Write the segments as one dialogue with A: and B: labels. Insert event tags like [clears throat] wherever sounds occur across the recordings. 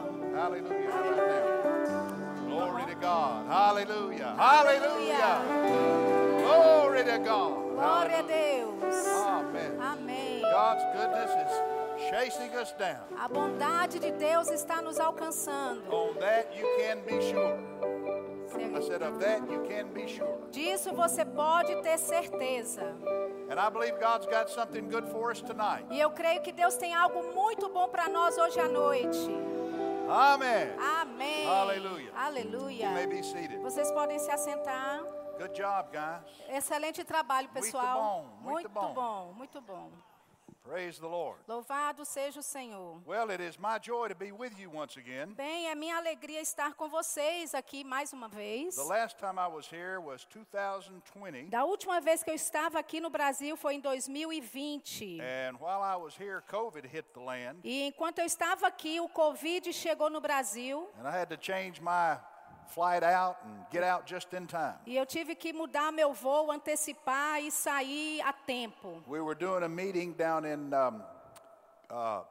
A: Hallelujah. How about now? Glory to God. Hallelujah. Hallelujah. Glory to God.
B: Glória a Deus.
A: Amen.
B: Amém.
A: God's goodness is chasing us down.
B: A bondade de Deus está nos alcançando.
A: On that you can be sure. I
B: Você-
A: said, of that you can be sure.
B: Disso você pode ter certeza.
A: And I believe God's got something good for us tonight.
B: E eu creio que Deus tem algo muito bom para nós hoje à noite.
A: Amen.
B: Amém.
A: Aleluia.
B: Aleluia.
A: You may be seated.
B: Vocês podem se assentar.
A: Good job, guys.
B: Excelente trabalho, pessoal.
A: bom, muito bom.
B: bom, muito bom.
A: Praise the Lord.
B: Louvado seja o Senhor.
A: Well, it is my joy to be with you once again.
B: Bem, é minha alegria estar com vocês aqui mais uma vez.
A: The last time I was here was 2020.
B: Da última vez que eu estava aqui no Brasil foi em 2020.
A: And while I was here, COVID hit the land.
B: E enquanto eu estava aqui, o Covid chegou no Brasil
A: And I had to change my flight out and get out just in time.
B: e eu tive que mudar meu voo, antecipar e sair a tempo.
A: We were doing a meeting down in um, uh,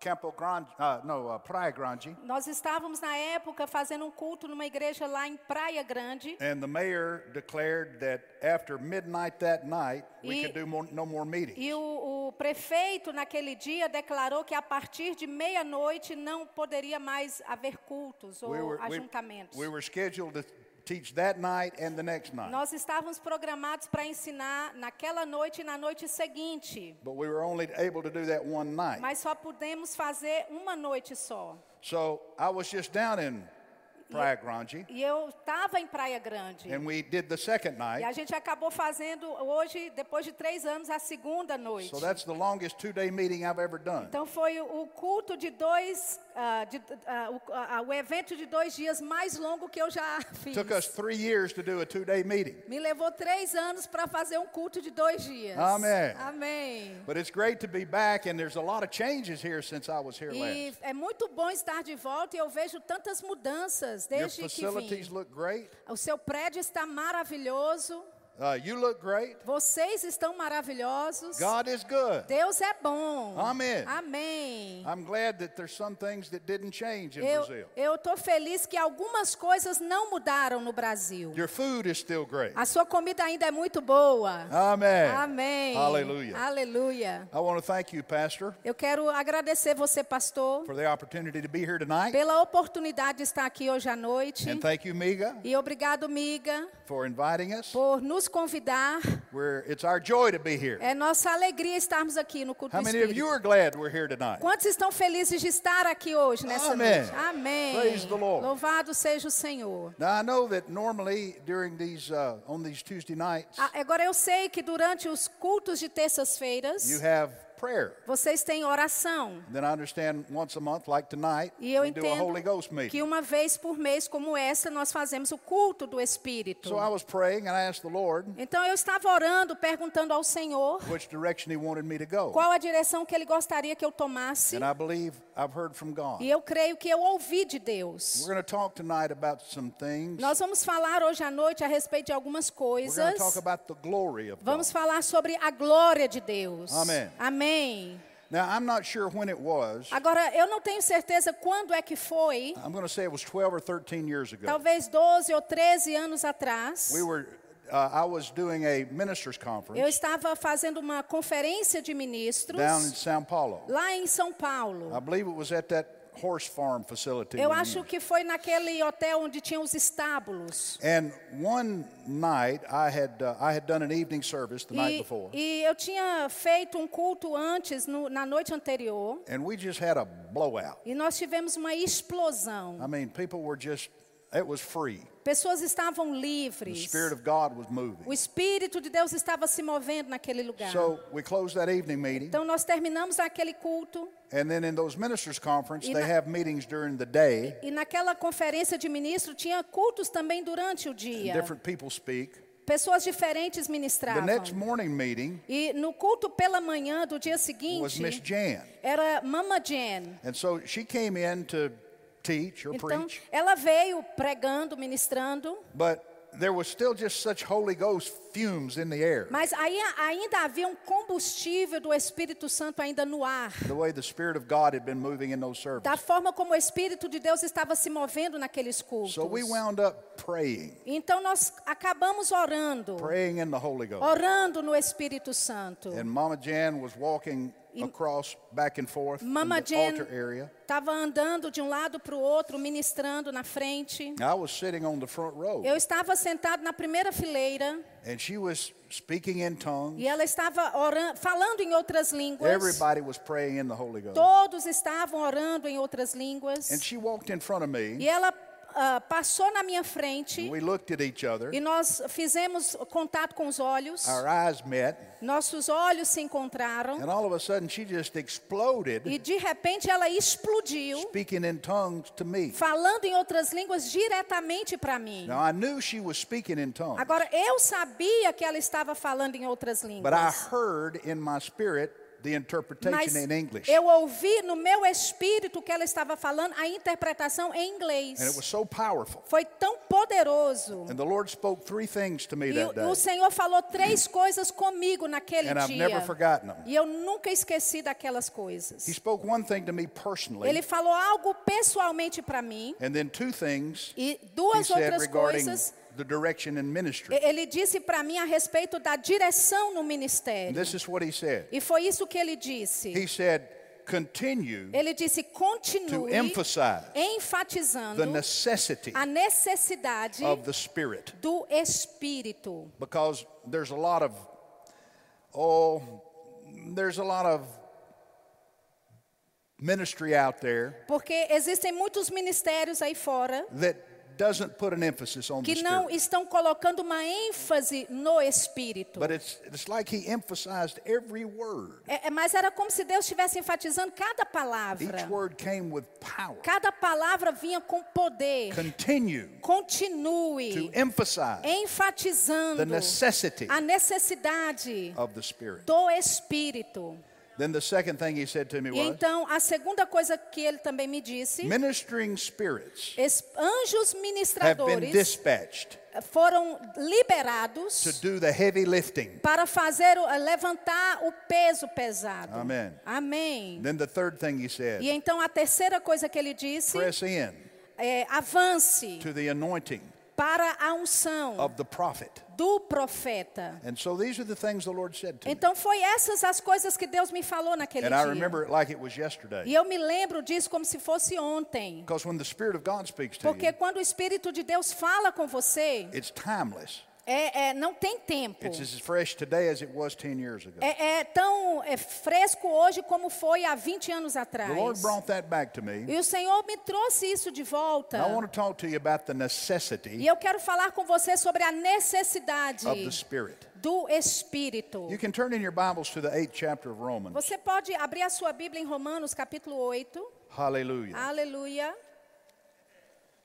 A: Campo Grande, uh, no, uh, Praia Grande.
B: Nós estávamos na época fazendo um culto numa igreja lá em Praia Grande.
A: And the mayor declared that after midnight that night, we
B: E-
A: could do more, no more meetings.
B: E o, o prefeito, naquele dia, declarou que a partir de meia-noite não poderia mais haver cultos ou
A: we, were, we-
B: ajuntamentos.
A: we were scheduled to teach that night and the next night.
B: Nós estávamos programados para ensinar naquela noite e na noite seguinte,
A: But we were only able to do that one night.
B: mas só pudemos fazer uma noite só.
A: so I was just down in Praia Grande,
B: E eu estava em Praia Grande.
A: and we did the second
B: E
A: night.
B: a gente acabou fazendo hoje, depois de três anos, a segunda noite.
A: So that's the longest two-day meeting I've ever done.
B: Então foi o o culto de dois, ah, de- ah, o, ah, o evento de dois dias mais longo que eu já [laughs] fiz.
A: Took us three years to do a two-day meeting.
B: Me levou três anos para fazer um culto de dois dias.
A: Amém.
B: Amém.
A: But it's great to be back, and there's a lot of changes here since I was here
B: E
A: last.
B: é muito bom estar de volta e eu vejo tantas mudanças
A: Your
B: desde que
A: facilities
B: vim.
A: look great.
B: O seu prédio está maravilhoso.
A: Uh, you look great.
B: Vocês estão maravilhosos.
A: God is good.
B: Deus é bom.
A: Amém.
B: Amém.
A: I'm glad that there's some things that didn't change in
B: Eu
A: Brazil.
B: eu estou feliz que algumas coisas não mudaram no Brasil.
A: Your food is still great.
B: A sua comida ainda é muito boa.
A: Amen.
B: Amém.
A: Hallelujah.
B: Aleluia.
A: I want to thank you, Pastor,
B: Eu quero agradecer você, pastor,
A: for the opportunity to be here tonight.
B: pela oportunidade de estar aqui hoje à noite.
A: And thank you, Miga,
B: E obrigado, miga,
A: for inviting us.
B: por nos convidar.
A: We're, it's our joy to be here.
B: É nossa alegria estarmos aqui no culto
A: How
B: do
A: many of you
B: Espírito.
A: are glad we're here tonight?
B: Quantos estão felizes de estar aqui hoje nessa
A: Amém.
B: noite? Amém.
A: Praise the Lord.
B: Louvado seja o Senhor.
A: Now, I know that normally during these, uh, on these Tuesday nights,
B: Ah, Agora eu sei que durante os cultos de
A: you
B: terças-feiras
A: have prayer.
B: vocês têm oração.
A: Then I understand once a month, like tonight,
B: E eu
A: we do a
B: entendo
A: Holy Ghost
B: que
A: meeting.
B: uma vez por mês, como essa, nós fazemos o culto do Espírito.
A: So I was praying and I asked the Lord
B: Então eu estava orando, perguntando ao Senhor
A: which direction He wanted me to go.
B: qual a direção que Ele gostaria que eu tomasse.
A: And I believe I've heard from God.
B: E eu creio que eu ouvi de Deus.
A: We're going to talk tonight about some things.
B: Nós vamos falar hoje à noite a respeito de algumas
A: We're going to talk
B: coisas.
A: about the glory of
B: Vamos
A: God.
B: falar sobre a glória de Deus.
A: Amém.
B: Amém.
A: Now, I'm not sure when it was.
B: Agora, eu não tenho certeza quando é que foi,
A: I'm going to say it was 12 or 13 years ago.
B: talvez 12 ou 13 anos atrás.
A: We were, uh, I was doing a ministers
B: Eu
A: conference
B: estava fazendo uma conferência de ministros
A: down in São Paulo.
B: lá em São Paulo.
A: I believe it was at that horse farm facility.
B: Eu
A: we
B: acho
A: used.
B: que foi naquele hotel onde tinha os estábulos.
A: And one night, I had uh, I had done an evening service the night
B: E,
A: before,
B: e eu tinha feito um culto antes, no- na noite anterior,
A: and we just had a blowout.
B: e nós tivemos uma explosão.
A: I mean, people were just it was free.
B: Pessoas estavam
A: The
B: livres.
A: spirit of God was moving.
B: O Espírito de Deus estava se movendo naquele lugar.
A: So we closed that evening meeting,
B: Então nós terminamos aquele culto
A: and then in those ministers conference,
B: E
A: they
B: na-
A: have meetings during the day.
B: e naquela conferência de ministro tinha cultos também durante o dia.
A: Different people speak.
B: Pessoas diferentes
A: The
B: ministravam.
A: next morning meeting
B: E no culto pela manhã do dia
A: was
B: seguinte
A: Miss Jan,
B: era Mama Jen.
A: and so she came in to teach or
B: Então
A: preach,
B: ela veio pregando, ministrando.
A: but there was still just such Holy Ghost fumes in the air.
B: Mas aí a- ainda havia um combustível do Espírito Santo ainda no ar.
A: The way the Spirit of God had been moving in those services.
B: Da forma como o Espírito de Deus estava se movendo naqueles cultos.
A: So we wound up praying,
B: Então nós acabamos orando.
A: praying in the Holy
B: Oh.
A: Ghost.
B: Orando no Espírito Santo.
A: And Mama Jan was walking across back and forth
B: Mama
A: in the
B: Jan
A: altar area.
B: estava andando de um lado para o outro, ministrando na frente.
A: I was sitting on the front row,
B: Eu estava sentado na primeira fileira
A: and she was speaking in tongues.
B: e ela estava oran- falando em outras línguas.
A: Everybody was praying in the Holy Ghost.
B: Todos estavam orando em outras línguas.
A: And she walked in front of me.
B: E ela ah, passou na minha frente
A: and We looked at each other.
B: e nós fizemos contato com os olhos.
A: Our eyes met,
B: Nossos olhos se encontraram
A: and all of a sudden she just exploded,
B: e de repente ela explodiu,
A: speaking in tongues to me.
B: falando em outras línguas diretamente para mim.
A: Now I knew she was speaking in tongues,
B: Agora eu sabia que ela estava falando em outras
A: but I
B: línguas.
A: heard in my spirit the
B: Mas
A: interpretation in English.
B: eu ouvi no meu espírito que ela estava falando a interpretação em
A: And it was
B: inglês.
A: so powerful.
B: Foi tão poderoso.
A: And the Lord spoke three things to me
B: E o-
A: that
B: e
A: day.
B: o Senhor
A: [clears throat]
B: falou três coisas comigo naquele
A: And I've
B: dia.
A: never forgotten them.
B: E eu nunca esqueci daquelas
A: He
B: coisas.
A: spoke one thing to me
B: Ele
A: personally,
B: falou algo pessoalmente para mim
A: and then two things
B: e
A: he
B: duas
A: said
B: outras
A: regarding
B: coisas.
A: the direction in ministry.
B: e- Ele disse para mim a respeito da direção no
A: And
B: ministério.
A: this is what he said.
B: E foi isso que ele disse.
A: He said, continue
B: Ele disse:
A: to
B: continue
A: emphasize
B: enfatizando
A: the necessity
B: a necessidade
A: of the Spirit
B: do Espírito.
A: because there's a lot of, oh, there's a lot of ministry out there
B: Porque existem muitos ministérios aí fora
A: that doesn't put an emphasis on the
B: que não
A: Spirit.
B: estão colocando uma ênfase no Espírito.
A: But it's, it's like he emphasized every word.
B: É, é, mas era como se Deus estivesse enfatizando cada
A: Each
B: palavra.
A: word came with power.
B: Cada palavra vinha com poder.
A: Continue to
B: Continue
A: emphasize
B: enfatizando
A: the necessity
B: a necessidade
A: of the Spirit.
B: do Espírito.
A: Then the second thing he said to me
B: E
A: was
B: então, a segunda coisa que ele também me disse,
A: ministering spirits
B: es- anjos
A: have been
B: ministradores
A: dispatched
B: foram
A: to
B: liberados
A: do the heavy lifting.
B: para fazer o- levantar o peso pesado.
A: Amen.
B: Amém.
A: Then the third thing he
B: E
A: said
B: então a terceira coisa que ele disse
A: press in
B: é avance
A: to the anointing
B: para a unção
A: of the prophet.
B: do profeta.
A: And so these are the things the Lord said to me.
B: Então foi essas as coisas que Deus me falou naquele
A: And I
B: dia.
A: remember it like it was
B: E
A: yesterday.
B: eu me lembro disso como se fosse ontem.
A: Because when the Spirit of God speaks to
B: Porque
A: you,
B: quando o Espírito de Deus fala com você,
A: it's timeless.
B: é, é, não tem tempo.
A: It's as fresh today as it was 10 years ago.
B: É, é tão é, fresco hoje como foi há 20 anos atrás.
A: The Lord brought that back to me.
B: E o Senhor me trouxe isso de volta.
A: And I want to talk to you about the
B: E
A: necessity
B: eu quero falar com você sobre a necessidade
A: of the Spirit.
B: do Espírito.
A: You can turn in your Bibles to the eighth chapter of Romans.
B: Oh. Você pode abrir a sua Bíblia em Romanos capítulo 8. Ah.
A: Hallelujah.
B: Aleluia.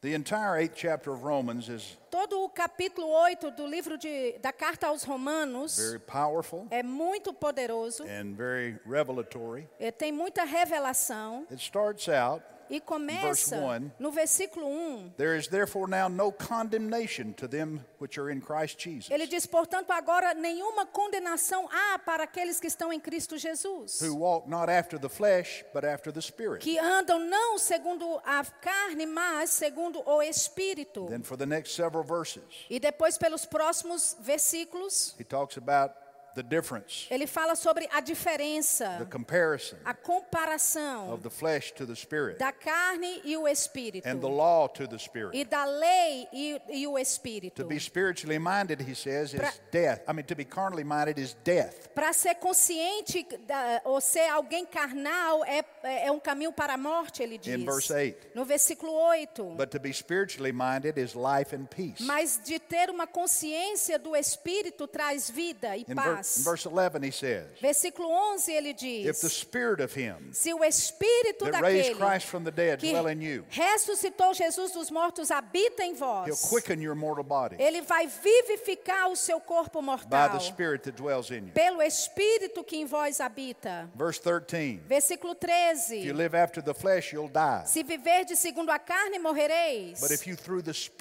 A: The entire eighth chapter of Romans is
B: Todo o capítulo 8 do livro de, da carta aos Romanos
A: very powerful
B: é muito poderoso.
A: and very revelatory.
B: É, Tem muita revelação.
A: It starts out
B: E começa
A: one.
B: no versículo 1.
A: There is therefore now no condemnation to them which are in Christ Jesus,
B: Ele diz, portanto, agora nenhuma condenação há para aqueles que estão em Cristo Jesus,
A: who walk not after the flesh, but after the Spirit.
B: que andam não segundo a carne, mas segundo o Espírito.
A: Then, for the next several verses,
B: E depois, pelos próximos versículos,
A: he talks about the difference,
B: ele fala sobre a
A: the
B: diferença,
A: comparison
B: a comparação
A: of the flesh to the Spirit,
B: da carne e o Espírito,
A: and the law to the Spirit.
B: e da lei e, e o
A: To
B: Espírito.
A: be spiritually minded, he says, is
B: Pra-
A: death. I mean, to be carnally minded is death.
B: Para ser consciente da, ou ser alguém carnal é, é um caminho para a morte, ele diz.
A: In verse 8.
B: No versículo 8.
A: But to be spiritually minded is life and peace.
B: Mas de ter uma consciência do Espírito traz vida e
A: In, ver-
B: paz.
A: in verse 11, he says,
B: Versículo 11 ele
A: If the
B: diz:
A: spirit of him
B: Se o Espírito
A: that raised
B: daquele
A: Christ from the dead
B: que
A: dwell in you,
B: ressuscitou Jesus dos mortos habita em
A: he'll
B: vós,
A: quicken your mortal body
B: ele vai vivificar o seu corpo
A: by
B: mortal
A: the spirit that dwells in you.
B: pelo Espírito que em vós habita.
A: Verse 13,
B: Versículo
A: if you
B: 13:
A: live after the flesh, you'll die.
B: Se viverdes segundo a carne morrereis.
A: But if you through the spirit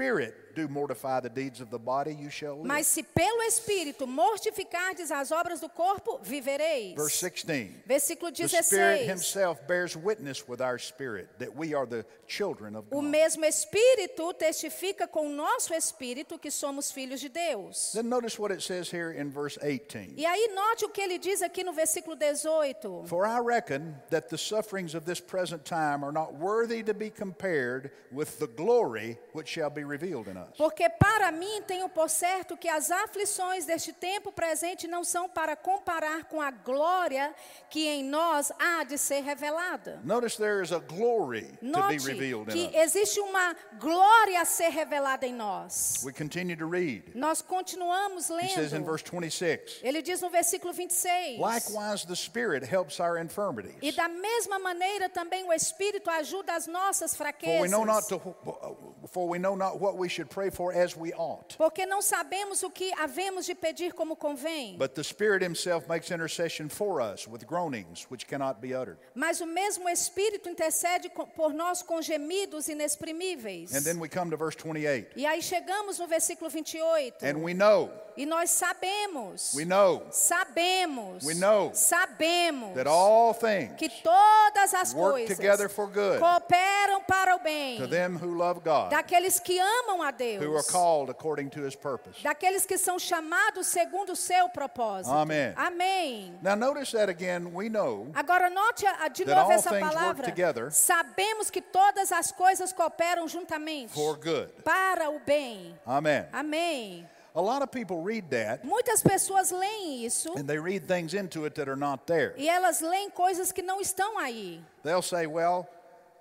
A: Spirit do mortify the deeds of the body, you shall live.
B: Mas se pelo Espírito mortificardes as obras do corpo, vivereis.
A: Verse 16.
B: Versículo
A: The Spirit
B: 16.
A: Himself bears witness with our spirit that we are the children of
B: O
A: God.
B: mesmo Espírito testifica com o nosso Espírito que somos filhos de Deus.
A: Then notice what it says here in verse 18.
B: E aí note o que ele diz aqui no versículo 18.
A: For I reckon that the sufferings of this present time are not worthy to be compared with the glory which shall be revealed in us.
B: Porque para mim tenho por certo que as aflições deste tempo presente não são para comparar com a glória que em nós há de ser revelada.
A: Notice there is a glory to be
B: Note
A: revealed in
B: que
A: us.
B: existe uma glória a ser revelada em nós.
A: We continue to read.
B: Nós continuamos
A: He says in
B: lendo.
A: verse 26
B: Ele diz no versículo 26.
A: Likewise, the Spirit helps our infirmities.
B: E da mesma maneira também o Espírito ajuda as nossas
A: For we know not
B: fraquezas.
A: to, uh, for we know not what we should pray for as we ought.
B: Porque não sabemos o que havemos de pedir como convém.
A: But the Spirit Himself makes intercession for us with groanings which cannot be uttered.
B: Mas o mesmo Espírito intercede co- por nós com gemidos inexprimíveis.
A: And then we come to verse 28.
B: E aí chegamos no versículo 28.
A: And we know,
B: E nós sabemos,
A: we know
B: sabemos,
A: We know
B: sabemos
A: that all things
B: que todas as
A: work
B: coisas
A: together for good
B: cooperam para o bem
A: to them who love God,
B: daqueles que amam
A: who
B: a
A: are
B: Deus,
A: called according to His purpose.
B: daqueles que são chamados segundo o seu propósito.
A: Amém.
B: Amém.
A: Now notice that again, we know
B: Agora note a- a- de
A: That all
B: novo essa
A: things work
B: palavra.
A: together.
B: Sabemos que todas as coisas cooperam juntamente
A: for good.
B: para o bem.
A: Amen.
B: Amém.
A: A lot of people read that
B: Muitas pessoas leem isso
A: and they read things into it that are not there.
B: e elas leem coisas que não estão aí.
A: They'll say, well,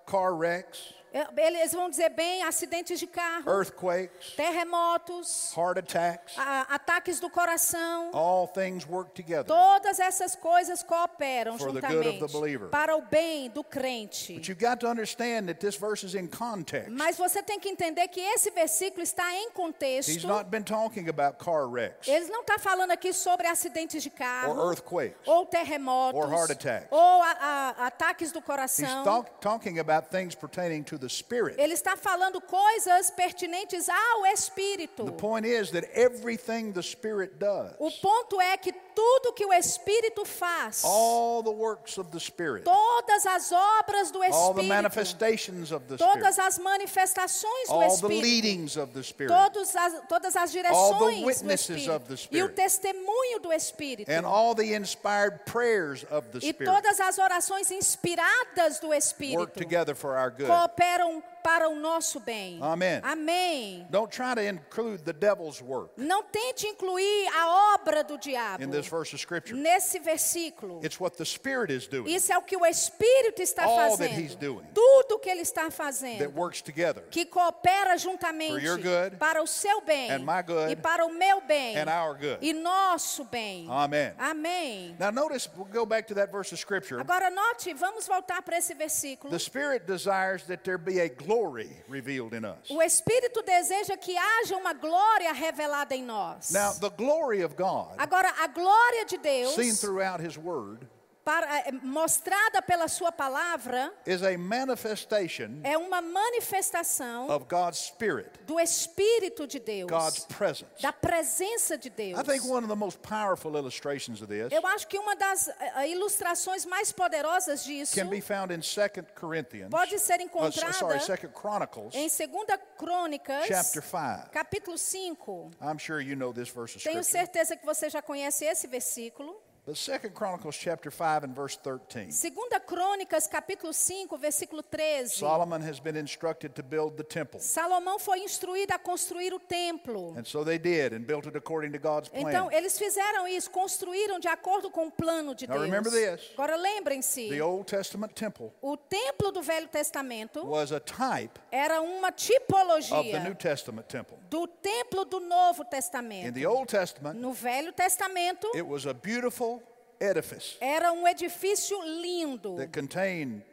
A: car wrecks,
B: É, Eles vão dizer bem acidentes de carro,
A: earthquakes,
B: terremotos,
A: heart attacks,
B: a- ataques do coração.
A: all things work together.
B: Todas essas coisas cooperam
A: For the good of the
B: juntamente
A: believer.
B: para o bem do crente.
A: But you've got to understand that this verse is in context.
B: Mas você tem que entender que esse versículo está em
A: He's
B: contexto.
A: not been talking about car wrecks
B: Eles não está falando aqui sobre acidentes de
A: or
B: carro,
A: earthquakes.
B: ou terremotos,
A: or heart attacks.
B: ou a- a- ataques do
A: He's
B: coração.
A: talk, talking about things pertaining to the spirit.
B: Ele está falando coisas pertinentes ao espírito.
A: The point is that everything the spirit does,
B: O ponto é que tudo que o espírito faz,
A: all the works of the spirit,
B: todas as obras do
A: all the
B: espírito,
A: manifestations of the spirit,
B: todas as manifestações do
A: all the
B: espírito,
A: leadings of the spirit,
B: todas as, todas as direções do
A: witnesses of the
B: espírito
A: Spirit.
B: e o testemunho do espírito.
A: and all the inspired prayers of the
B: E
A: spirit
B: todas as orações inspiradas do
A: work
B: espírito.
A: together for our good.
B: cooperam para o nosso bem.
A: Amém.
B: Amém.
A: Don't try to include the devil's work
B: Não tente incluir a obra do diabo
A: in this verse of scripture.
B: nesse versículo.
A: It's what the spirit is doing
B: Isso é o que o Espírito está
A: All that he's
B: fazendo.
A: doing.
B: Tudo que ele está
A: that
B: fazendo.
A: works together.
B: Que coopera juntamente
A: your good,
B: para o seu bem
A: and my good,
B: e para o meu bem
A: and our good.
B: e nosso bem.
A: Amen.
B: Amém.
A: Now notice, we'll go back to that verse of scripture.
B: Agora note, vamos voltar para esse versículo.
A: The Spirit desires that there be a glory revealed in us.
B: O Espírito deseja que haja uma glória revelada em nós.
A: Now, the glory of God,
B: Agora, a glória de Deus,
A: seen throughout His Word,
B: para- eh, mostrada pela Sua palavra,
A: is a manifestation
B: é uma manifestação
A: of God's Spirit,
B: do Espírito de Deus,
A: Oh. God's presence.
B: da presença de Deus.
A: I think one of the most powerful illustrations of this
B: Eu acho que uma das eh, eh, ilustrações mais poderosas disso
A: can be found in 2 Corinthians,
B: pode ser
A: uh, s- sorry,
B: encontrada
A: 2 Chronicles,
B: em 2 Crônicas,
A: chapter 5.
B: capítulo 5.
A: I'm sure you know this verse of
B: Tenho
A: Scripture.
B: certeza que você já conhece esse versículo.
A: But 2 Chronicles, chapter 5, and verse 13.
B: 2 Crônicas, capítulo 5, versículo 13.
A: Solomon has been instructed to build the temple.
B: Salomão foi instruído a construir o templo.
A: And so they did, and built it according to God's plan.
B: Então, eles fizeram isso, construíram de acordo com o plano de
A: Now,
B: Deus.
A: remember this.
B: Agora, lembrem-se:
A: The Old Testament temple
B: o templo do Velho Testamento
A: was a type
B: era uma
A: of the New
B: tipologia
A: Testament temple.
B: do templo do Novo
A: In
B: Testamento.
A: the Old Testament,
B: No Velho Testamento,
A: it was a beautiful edifice
B: era um edifício lindo
A: that contained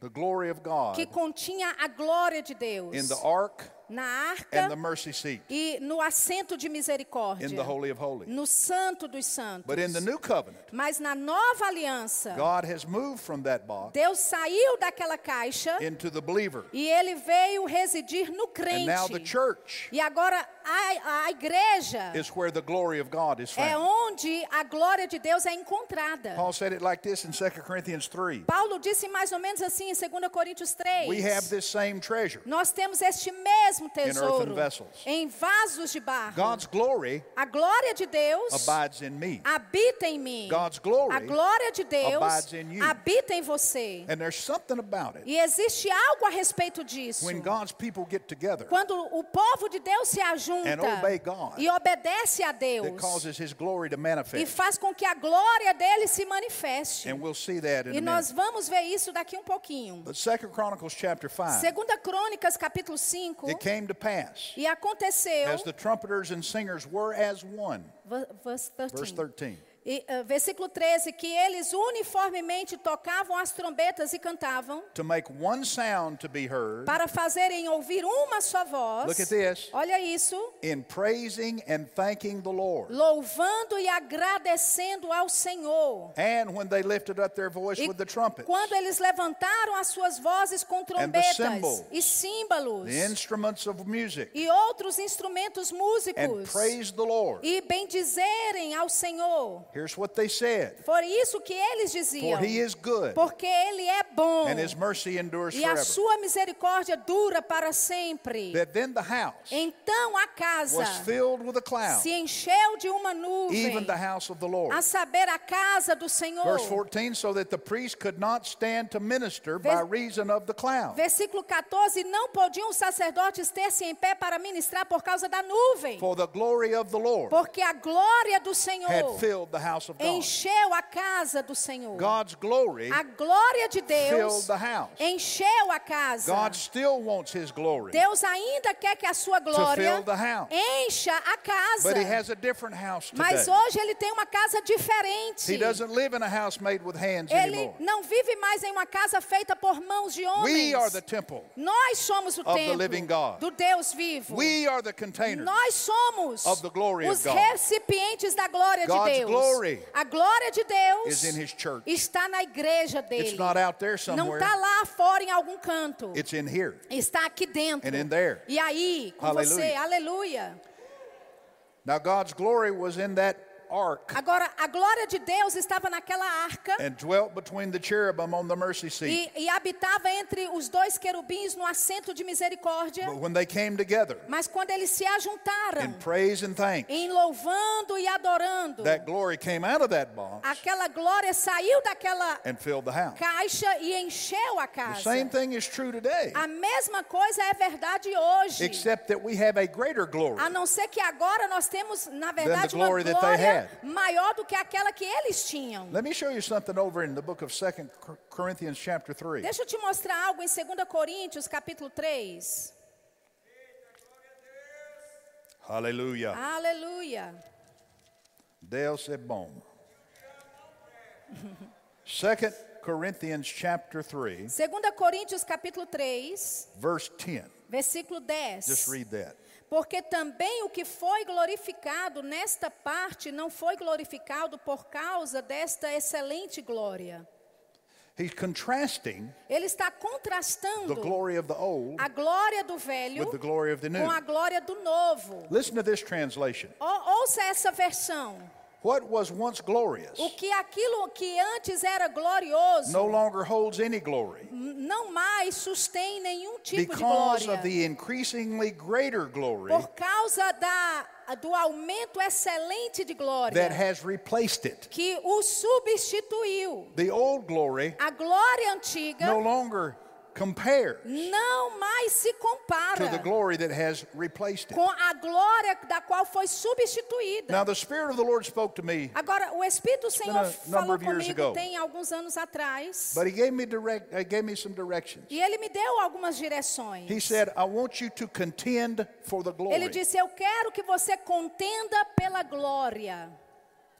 A: the glory of God
B: que continha a glória de Deus.
A: in the ark
B: na
A: and the
B: arca
A: mercy seat
B: e no assento de misericórdia,
A: in the Holy of Holies.
B: no santo dos santos.
A: But in the new covenant,
B: Mas na nova aliança,
A: God has moved from that box
B: Deus saiu daquela caixa
A: into the believer.
B: e ele veio residir no
A: And now the
B: crente.
A: church
B: E agora a, a igreja
A: is where the glory of God is
B: é
A: found.
B: onde a glória de Deus é encontrada.
A: Paul said it like this in 2 Corinthians 3.
B: Paulo disse mais ou menos assim em 2 Coríntios 3.
A: We have this same treasure.
B: Nós temos este mesmo tesouro
A: vessels.
B: em vasos de barro.
A: God's glory
B: a glória de Deus
A: abides in me.
B: habita em mim.
A: God's glory
B: a glória de Deus
A: abides in you.
B: habita em você.
A: And there's something about it.
B: E existe algo a respeito disso.
A: When God's people get together
B: Quando o povo de Deus se ajunta
A: And obey God.
B: e obedece a
A: that
B: Deus
A: causes his glory to
B: e
A: manifest.
B: faz com que a glória dele se manifeste.
A: And we'll see that in
B: E
A: a
B: nós
A: minute.
B: vamos ver isso daqui um pouquinho.
A: But 2 Chronicles chapter 5,
B: Segunda Crônicas capítulo 5
A: it came to pass
B: e aconteceu
A: as the trumpeters and singers were as one.
B: Ver- verse 13.
A: Verse 13.
B: E, eh, versículo 13, que eles uniformemente tocavam as trombetas e cantavam
A: To make one sound to be heard
B: para fazerem ouvir uma só voz.
A: Look at this.
B: Olha isso,
A: in praising and thanking the Lord.
B: louvando e agradecendo ao Senhor.
A: And when they lifted up their voice
B: E
A: with the trumpet,
B: quando eles levantaram as suas vozes com trombetas
A: cymbals.
B: e símbolos
A: the instruments of music,
B: e outros instrumentos
A: and
B: músicos
A: praise the Lord.
B: e bendizerem ao Senhor.
A: Here's what they said
B: Foi isso que eles
A: For
B: diziam.
A: he is good,
B: Porque ele é bom.
A: and his mercy endures
B: E a
A: forever.
B: sua misericórdia dura para sempre.
A: That then the house
B: Então a casa
A: was filled with a cloud,
B: se encheu de uma nuvem,
A: even the house of the Lord.
B: a saber, a casa do Senhor.
A: Verse 14, so that the priest could not stand to minister by
B: Vers-
A: reason of the cloud.
B: Versículo 14: Não podiam os sacerdotes ter-se em pé para ministrar por causa da nuvem,
A: For the glory of the Lord
B: porque a glória do
A: had
B: Senhor
A: filled the house of God.
B: encheu a casa do Senhor.
A: God's glory
B: A glória de
A: filled
B: Deus
A: the house.
B: encheu a casa.
A: God still wants his glory,
B: Deus ainda quer que a sua glória
A: fill the house.
B: encha a casa.
A: but he has a different house today.
B: Mas hoje ele tem uma casa diferente.
A: He doesn't live in a house made with hands
B: Ele
A: anymore.
B: não vive mais em uma casa feita por mãos de
A: We are
B: homens.
A: the temple.
B: Nós somos o
A: the living
B: templo
A: God.
B: do Deus vivo.
A: We are the containers.
B: Nós somos
A: of the glory of
B: os
A: God.
B: recipientes da glória de
A: God's
B: Deus.
A: glory
B: a glória de Deus
A: is in his church.
B: está na igreja dele.
A: It's not out there
B: não
A: somewhere.
B: está lá fora em algum canto.
A: It's in here.
B: está aqui dentro.
A: And in there.
B: E aí, com
A: Hallelujah.
B: você, aleluia.
A: Now God's glory was in that ark
B: Agora, a glória de Deus estava naquela arca
A: and dwelt between the cherubim on the mercy seat.
B: e, e habitava entre os dois querubins no assento de misericórdia.
A: But when they came together
B: Mas quando eles se
A: in
B: ajuntaram
A: praise and thanks,
B: em louvando e adorando,
A: that glory came out of that box
B: aquela glória saiu daquela
A: and filled the house.
B: caixa e encheu a
A: The
B: casa.
A: same thing is true today,
B: A mesma coisa é verdade hoje.
A: except that we have a greater glory.
B: A não ser que agora nós temos, na verdade, uma
A: glory that they
B: glória
A: had.
B: maior do que aquela que eles tinham.
A: Let me show you something over in the book of 2 Cor- Corinthians chapter 3.
B: Deixa eu te mostrar algo em 2 Coríntios, capítulo 3.
A: Hallelujah.
B: Aleluia.
A: Deus é bom. [laughs] 2 Corinthians chapter 3,
B: 2 Coríntios capítulo 3,
A: verse 10.
B: versículo
A: Just
B: 10.
A: read that.
B: Porque também o que foi glorificado nesta parte não foi glorificado por causa desta excelente glória.
A: He's contrasting
B: Ele está
A: the
B: contrastando
A: glory of the old
B: a glória do velho
A: with the glory of the new.
B: com a glória do novo.
A: Listen to this translation.
B: O- Ouça essa versão.
A: What was once glorious
B: O que aquilo que antes era glorioso
A: no longer holds any glory
B: n- não mais sustém nenhum tipo de
A: because
B: glória.
A: of the increasingly greater glory
B: Por causa da, do aumento excelente de
A: that
B: glória
A: has replaced it.
B: que o substituiu.
A: The old glory
B: A glória antiga
A: no longer compares
B: não mais se
A: to the
B: compara
A: glory that has replaced it.
B: com a glória da qual foi substituída.
A: Now, the Spirit of the Lord spoke to me,
B: Agora, o Espírito do
A: been
B: Senhor
A: a number
B: falou
A: of years
B: comigo
A: ago.
B: tem alguns anos atrás
A: but He gave me, direct, uh, gave me some directions.
B: e ele me deu algumas direções.
A: He said, I want you to contend for the glory.
B: Ele disse: Eu quero que você contenda pela glória.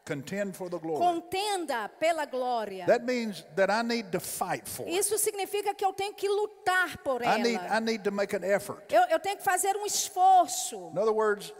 A: Contend for the glory.
B: Contenda pela glória.
A: That means that I need to fight for it.
B: Isso significa que eu tenho que lutar por
A: I need,
B: ela.
A: I need to make an effort.
B: Eu, eu tenho que fazer um esforço.
A: In other words,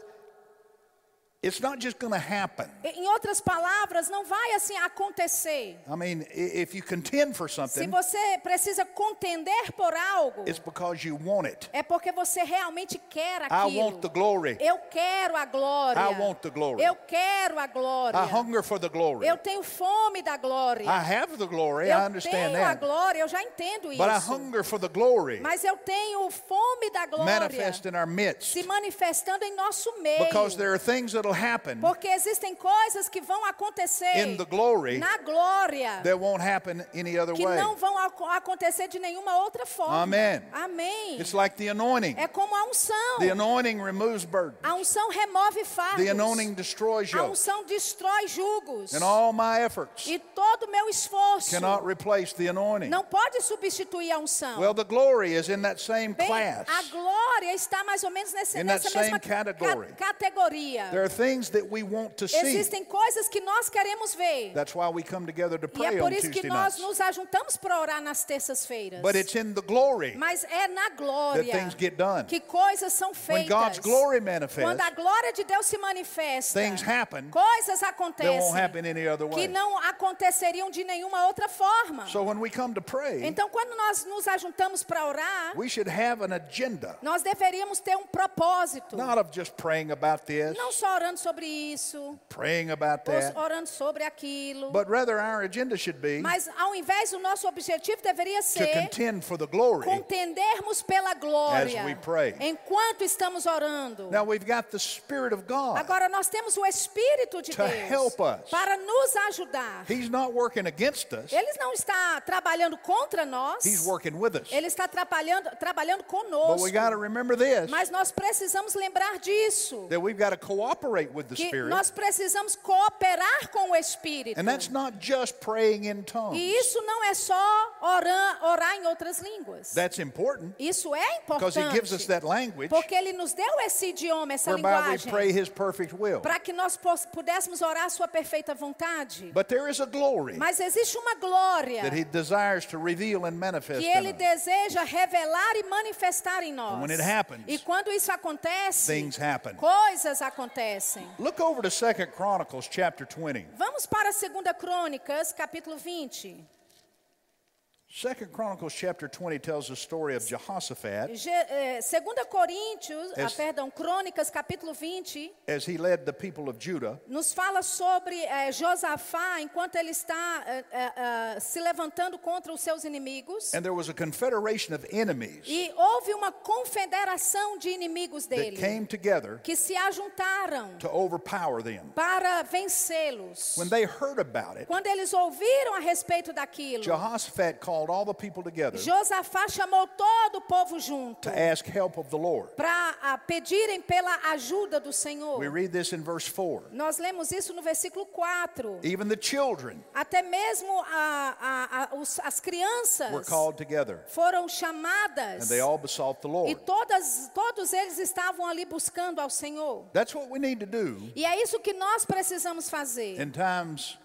A: it's not just going to happen.
B: Em outras palavras, não vai assim acontecer.
A: I mean, i- if you contend for
B: Se
A: something,
B: você precisa contender por algo,
A: it's because you want it.
B: é porque você realmente quer
A: I want the
B: aquilo.
A: glory.
B: Eu quero a glória.
A: I want the glory.
B: Eu quero a glória.
A: I hunger for the glory.
B: Eu tenho fome da glória.
A: I have the glory. É, I
B: Eu
A: understand
B: tenho a
A: that.
B: glória, eu já entendo
A: But I
B: isso.
A: hunger for the glory
B: Mas eu tenho fome da glória
A: manifest in our midst
B: se manifestando em nosso meio.
A: because there are things that'll happen
B: Porque existem coisas que vão acontecer
A: in the glory
B: na glória
A: that won't happen any other
B: que
A: way.
B: não vão ac- acontecer de nenhuma outra forma.
A: Amen.
B: Amém.
A: It's like the anointing.
B: É como a unção.
A: The anointing removes burden.
B: A unção remove
A: The
B: fardos.
A: anointing destroys
B: A
A: yokes.
B: unção destrói julgos.
A: And all my efforts
B: E todo o meu esforço
A: cannot replace the anointing.
B: não pode substituir a unção.
A: Well, the glory is in that same
B: Bem, a
A: class.
B: glória está mais ou menos nessa,
A: In that
B: nessa
A: same
B: mesma
A: category.
B: ca- categoria.
A: There are things that we want to see.
B: Existem coisas que nós queremos ver.
A: That's why we come together to
B: E é
A: pray
B: por
A: on
B: isso que
A: Tuesday
B: nós
A: nights.
B: nos ajuntamos para orar nas terças-feiras.
A: But it's in the glory
B: Mas é na glória
A: things get done.
B: que coisas são
A: when
B: feitas.
A: God's glory
B: Quando a
A: manifests
B: glória de Deus se manifesta,
A: Things happen
B: coisas
A: that won't
B: acontecem
A: happen any other
B: que
A: way.
B: não aconteceriam de nenhuma outra forma.
A: So when we come to pray,
B: Então, quando nós nos ajuntamos para orar,
A: we should have an agenda,
B: nós deveríamos ter um propósito.
A: not of just praying about this,
B: Não só orando sobre isso,
A: praying about
B: ou
A: that,
B: orando sobre aquilo.
A: but rather our agenda should be
B: Mas ao invés, o nosso objetivo deveria
A: to
B: ser
A: contend for the glory.
B: contendermos pela glória
A: As we pray.
B: enquanto estamos orando.
A: Now we've got the Spirit of God.
B: Agora nós temos o Espírito de
A: To
B: Deus
A: help us.
B: para nos ajudar.
A: He's not working against us,
B: Ele não está trabalhando contra nós,
A: He's working with us.
B: ele está trabalhando, trabalhando
A: But
B: conosco.
A: we got to remember this
B: Mas nós precisamos lembrar disso.
A: that we've got to cooperate with the
B: Que
A: Spirit.
B: nós precisamos cooperar com o Espírito.
A: And that's not just praying in tongues.
B: E isso não é só orar, orar em outras línguas.
A: That's important
B: Isso é
A: because He gives us
B: importante.
A: that language
B: Porque ele nos deu esse idioma, essa
A: whereby we pray
B: linguagem,
A: His perfect will.
B: para que nós pos- pudéssemos orar a sua perfeita vontade.
A: But there is a glory
B: Mas existe uma glória
A: that He desires to reveal and manifest
B: que
A: in
B: ele
A: us.
B: deseja revelar e manifestar em nós.
A: And when it happens,
B: e quando isso acontece,
A: Things happen.
B: coisas acontecem.
A: Look over to Second Chronicles chapter 20.
B: Vamos para 2 Crônicas, capítulo 20.
A: Second Chronicles chapter 20 tells the story of Jehoshaphat
B: Je, eh, 2 Coríntios, ah,
A: Es-
B: perdão, Crônicas, capítulo 20,
A: as he led the people of Judah
B: nos fala sobre eh, Josafá enquanto ele está eh, eh, ah, se levantando contra os seus inimigos.
A: and there was a confederation of enemies
B: E houve uma confederação de inimigos
A: that
B: dele
A: came together
B: que se ajuntaram
A: to overpower them.
B: para vencê-los.
A: When they heard about it,
B: Quando eles ouviram a respeito daquilo,
A: Jehoshaphat called all the people together
B: Josafá chamou todo o povo junto
A: to ask help of the Lord.
B: para ah, pedirem pela ajuda do Senhor.
A: We read this in verse 4.
B: Nós lemos isso no versículo 4.
A: Even the children
B: Até mesmo a- a- a- os- as
A: were
B: crianças
A: called together,
B: foram
A: and
B: chamadas
A: they all besought the
B: e
A: Lord.
B: todas, todos eles estavam ali buscando ao Senhor.
A: That's what we need to do
B: E é isso que nós precisamos fazer.
A: in times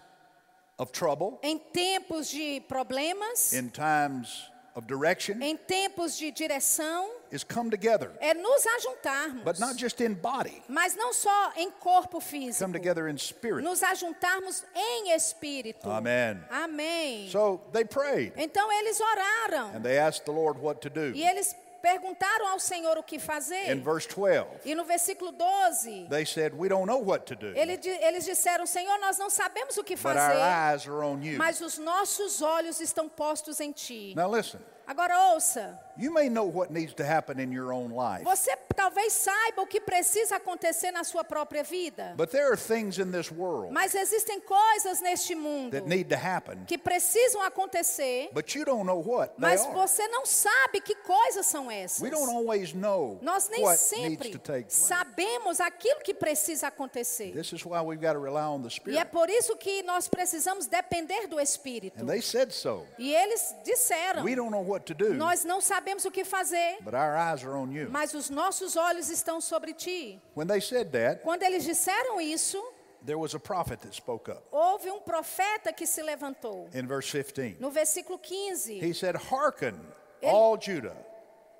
A: of trouble,
B: Em tempos de problemas,
A: in times of direction,
B: em tempos de direção,
A: is come together,
B: é nos ajuntarmos.
A: but not just in body,
B: Mas não só em corpo físico,
A: come together in spirit.
B: nos ajuntarmos em espírito.
A: Amen.
B: Amém.
A: So they prayed
B: Então eles
A: and
B: oraram
A: they asked the Lord what to do.
B: e eles perguntaram ao Senhor o que
A: In
B: fazer.
A: verse 12,
B: E no versículo 12,
A: they said, We don't know what to do,
B: ele di- eles disseram: Senhor, nós não sabemos o que
A: but our
B: fazer,
A: eyes are on you.
B: mas os nossos olhos estão postos em Ti.
A: Now listen,
B: Agora ouça.
A: you may know what needs to happen in your own life,
B: Você talvez saiba o que precisa acontecer na sua própria vida,
A: but there are things in this world
B: mas existem coisas neste mundo
A: that need to happen,
B: que precisam acontecer,
A: but you don't know what they
B: mas
A: are.
B: você não sabe que coisas são essas.
A: We don't always know
B: Nós nem
A: what needs
B: sempre
A: to take place.
B: sabemos aquilo que precisa acontecer.
A: This is why we've got to rely on the
B: E é
A: Spirit.
B: por isso que nós precisamos depender do Espírito.
A: And they said so.
B: E eles disseram:
A: We don't know what to do,
B: Nós não sabemos o que fazer,
A: but our eyes are on you.
B: mas os nossos olhos estão sobre ti.
A: When they said that,
B: Quando eles disseram isso,
A: There was a prophet that spoke up
B: Houve um profeta que se levantou.
A: in verse 15.
B: No versículo 15,
A: He said, Hearken, all Judah,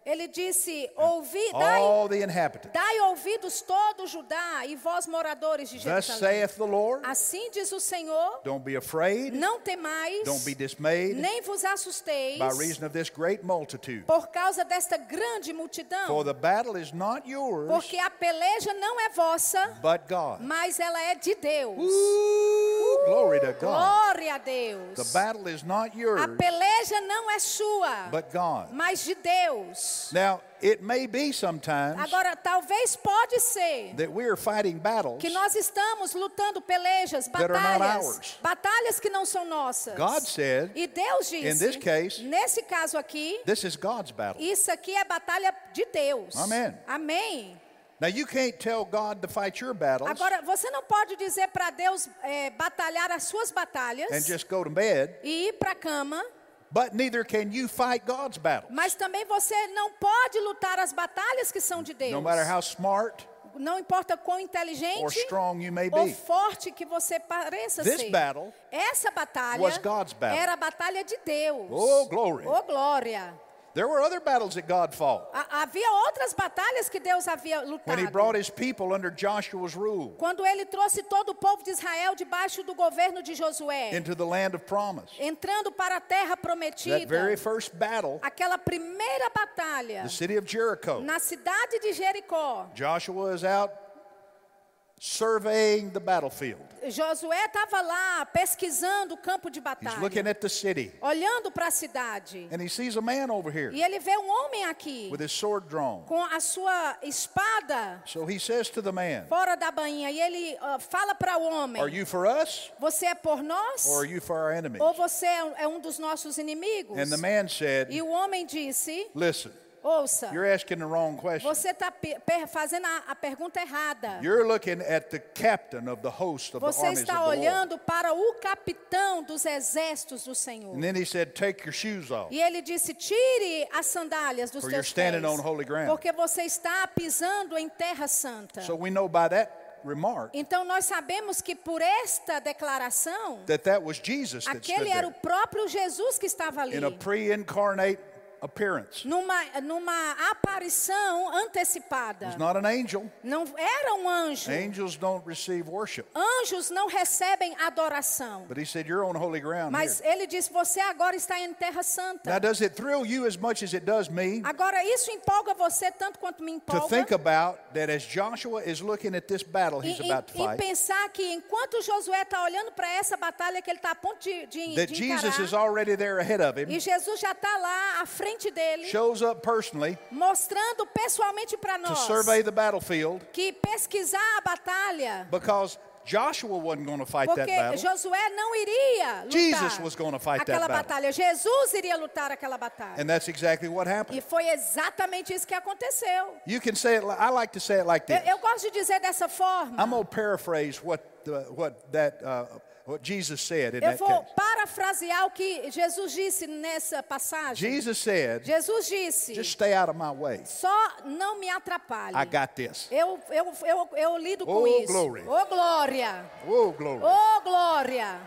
B: ele disse: Ouvi, dai,
A: all the inhabitants.
B: dai ouvidos todo Judá e vós moradores de
A: Thus
B: Jerusalém.
A: saith the Lord,
B: Assim diz o Senhor:
A: Don't be afraid,
B: Não temais,
A: don't be dismayed
B: nem vos assusteis
A: by reason of this great multitude.
B: por causa desta grande
A: For
B: multidão,
A: the battle is not yours,
B: porque a peleja não é vossa,
A: but God.
B: mas ela é de Deus.
A: Uh! Ooh, glory to God.
B: Glória a Deus.
A: The battle is not
B: A
A: yours,
B: peleja não é sua,
A: but God.
B: mas de Deus.
A: Now, it may be sometimes
B: Agora, talvez pode ser
A: that we are fighting battles
B: que nós estamos lutando pelejas,
A: That are not ours.
B: batalhas, batalhas que não são nossas.
A: God said,
B: e Deus disse,
A: in this case,
B: nesse caso aqui,
A: This is God's battle.
B: isso aqui é batalha de Deus.
A: Amen.
B: Amém.
A: Now you can't tell God to fight your battles
B: Agora, você não pode dizer para Deus eh, batalhar as suas batalhas
A: and just go to bed,
B: e ir para a cama,
A: but neither can you fight God's battle.
B: mas também você não pode lutar as batalhas que são de Deus.
A: No matter how smart
B: não importa quão
A: or
B: inteligente
A: strong you may
B: ou
A: be.
B: forte que você pareça
A: This
B: ser.
A: battle
B: Essa batalha
A: was God's battle.
B: era a batalha de Deus.
A: Oh, glory.
B: Oh, glória.
A: There were other battles that God fought
B: Ha- havia outras batalhas que Deus havia
A: when
B: lutado.
A: he brought his people under Joshua's rule
B: Quando ele trouxe todo o povo de Israel debaixo do governo de Josué,
A: into the land of promise.
B: entrando para a terra
A: That very
B: prometida,
A: first battle,
B: aquela primeira batalha
A: the city of Jericho.
B: na cidade de Jericó.
A: Joshua is out surveying the battlefield.
B: Josué estava lá pesquisando o campo de
A: He's
B: batalha,
A: looking at the city
B: olhando para a cidade.
A: and he sees a man over here
B: E ele vê um homem aqui
A: with his sword drawn.
B: com a sua espada
A: So he says to the man,
B: fora da bainha e ele ah, fala para o homem:
A: Are you for us
B: Você é por nós
A: or are you for our enemy?
B: ou você é um- é um dos nossos inimigos?
A: And the man said,
B: E o homem disse:
A: Listen,
B: Ouça,
A: you're asking the wrong question.
B: você está fazendo a, a pergunta errada.
A: You're looking at the captain of the host of the
B: Você
A: armies of the
B: está
A: Lord.
B: olhando para o capitão dos exércitos do Senhor.
A: And then he said, Take your shoes off.
B: E ele disse: Tire as sandálias dos
A: For
B: teus
A: you're standing
B: pés,
A: on holy ground.
B: porque você está pisando em terra santa.
A: So we know by that remark
B: Então nós sabemos que por esta declaração,
A: that that was Jesus that stood
B: aquele era o
A: there
B: próprio Jesus que estava ali,
A: in a pre incarnate appearance.
B: numa, numa aparição
A: He's
B: antecipada.
A: not an angel.
B: Não era um anjo.
A: Angels don't receive worship.
B: Anjos não recebem adoração.
A: But he said, You're on holy ground.
B: Mas
A: Here.
B: ele disse: Você agora está em terra
A: Now,
B: santa.
A: does it thrill you as much as it does me
B: Agora, isso empolga você tanto quanto me
A: to
B: empolga.
A: think about that as Joshua is looking at this battle
B: E,
A: he's
B: e,
A: about to
B: e
A: fight?
B: pensar que enquanto Josué está olhando para essa batalha que ele está a ponto de, de,
A: that
B: de
A: Jesus is
B: encarar,
A: already there ahead of him,
B: e Jesus já está lá à frente dele,
A: shows up personally
B: mostrando pessoalmente para
A: to
B: nós
A: survey the battlefield
B: que pesquisar a batalha,
A: because Joshua wasn't going to fight that
B: porque
A: battle.
B: Josué não iria lutar
A: Jesus was gonna fight that
B: aquela
A: battle.
B: batalha, Jesus iria lutar aquela batalha.
A: And that's exactly what happened.
B: E foi exatamente isso que aconteceu.
A: You can say it, li- I like to say it like
B: Eu,
A: this.
B: eu gosto de dizer dessa forma.
A: I'm going to paraphrase what, the, what, that, uh, what Jesus said in
B: Eu
A: that
B: vou
A: case.
B: parafrasear o que Jesus disse nessa passagem.
A: Jesus said,
B: Jesus disse:
A: just stay out of my way.
B: Só não me atrapalhe.
A: I got this.
B: Eu, eu, eu, eu lido
A: Oh,
B: com isso.
A: glory.
B: Oh, glória.
A: Whoa, glory.
B: Oh, glória.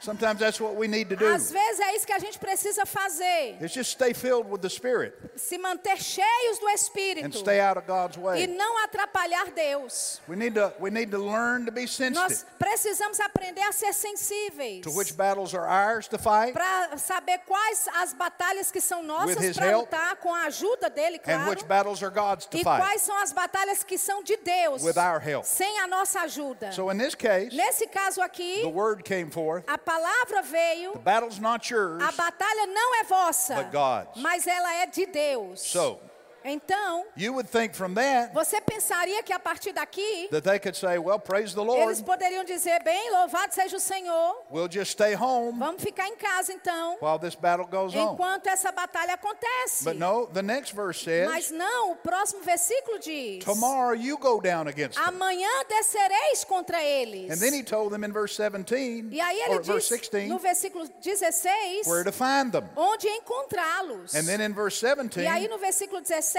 A: Sometimes that's what we need to do.
B: Às vezes é isso que a gente precisa fazer.
A: It's just stay filled with the Spirit
B: Se manter cheios do
A: and
B: Espírito.
A: stay out of God's
B: E
A: way.
B: não atrapalhar Deus.
A: We need to, we need to learn to be
B: Nós
A: sensitive.
B: precisamos aprender a ser sensíveis.
A: to which battles are ours to fight
B: Para saber quais as batalhas que são
A: With his
B: nossas para
A: help.
B: lutar com a ajuda dele,
A: and
B: claro.
A: which battles are God's to
B: E
A: fight.
B: quais são as batalhas que são de Deus
A: With our help.
B: sem a nossa ajuda.
A: So in this case,
B: Nesse caso aqui,
A: the word came forth.
B: a palavra veio,
A: The battle's not yours.
B: a batalha não é vossa,
A: But God's.
B: mas ela é de Deus.
A: So
B: então,
A: you would think from that
B: você pensaria que a partir daqui
A: that they could say, well, praise the Lord.
B: eles poderiam dizer: bem, louvado seja o Senhor,
A: We'll just stay home
B: vamos ficar em casa então,
A: while this battle goes on.
B: enquanto essa batalha acontece.
A: But no, the next verse
B: Mas
A: says,
B: não, o próximo versículo diz:
A: tomorrow you go down against them.
B: amanhã descereis contra eles.
A: And then he told them in verse 17,
B: E aí ele
A: or verse
B: diz
A: 16,
B: no versículo 16
A: where to find them.
B: onde encontrá-los.
A: And then in verse
B: E aí
A: 17,
B: no versículo
A: He
B: 17,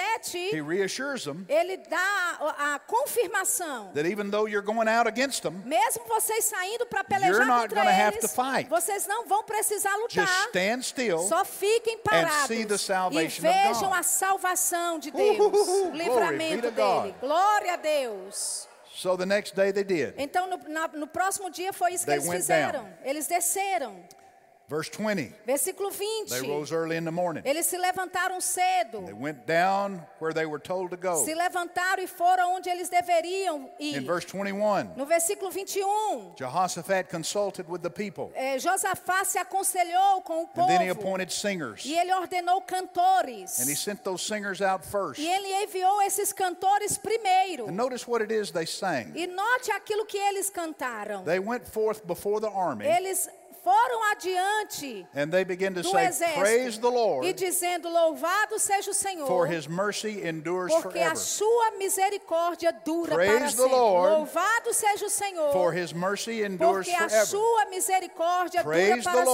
A: reassures them
B: ele dá a- a confirmação.
A: that even though you're going out against them,
B: Mesmo vocês saindo para
A: You're
B: pelejar
A: not gonna
B: contra
A: have
B: eles,
A: to fight.
B: vocês não vão precisar lutar.
A: just stand still.
B: Só fiquem parados
A: see the
B: e
A: salvation of
B: vejam
A: God.
B: a salvação de
A: Ooh,
B: Deus,
A: glory
B: o
A: be
B: livramento
A: to God.
B: dele. Glória a Deus.
A: So the next day they did.
B: Então, no, na- no próximo dia foi isso que
A: They
B: eles
A: went
B: fizeram.
A: down.
B: Eles desceram.
A: Verse 20.
B: Versículo
A: They
B: 20.
A: rose early in the morning.
B: Eles se levantaram
A: They
B: cedo.
A: went down where they were told to go.
B: Se levantaram e foram onde eles deveriam ir.
A: In verse 21,
B: No versículo 21,
A: Jehoshaphat consulted with the people,
B: eh, Josafá se aconselhou com o
A: and then he
B: povo.
A: appointed singers.
B: E ele ordenou cantores.
A: And he sent those singers out first.
B: E ele enviou esses cantores primeiro.
A: And notice what it is they sang.
B: E note aquilo que eles cantaram.
A: They went forth before the army,
B: Eles foram adiante
A: and they began to
B: do
A: say,
B: exército
A: Praise the
B: e
A: Lord,
B: dizendo: Louvado seja o Senhor,
A: for his mercy endures
B: porque a
A: forever.
B: sua misericórdia dura para
A: Praise the
B: sempre.
A: Lord,
B: Louvado seja o Senhor,
A: For his mercy endures
B: porque a
A: forever.
B: sua misericórdia dura
A: Praise the
B: para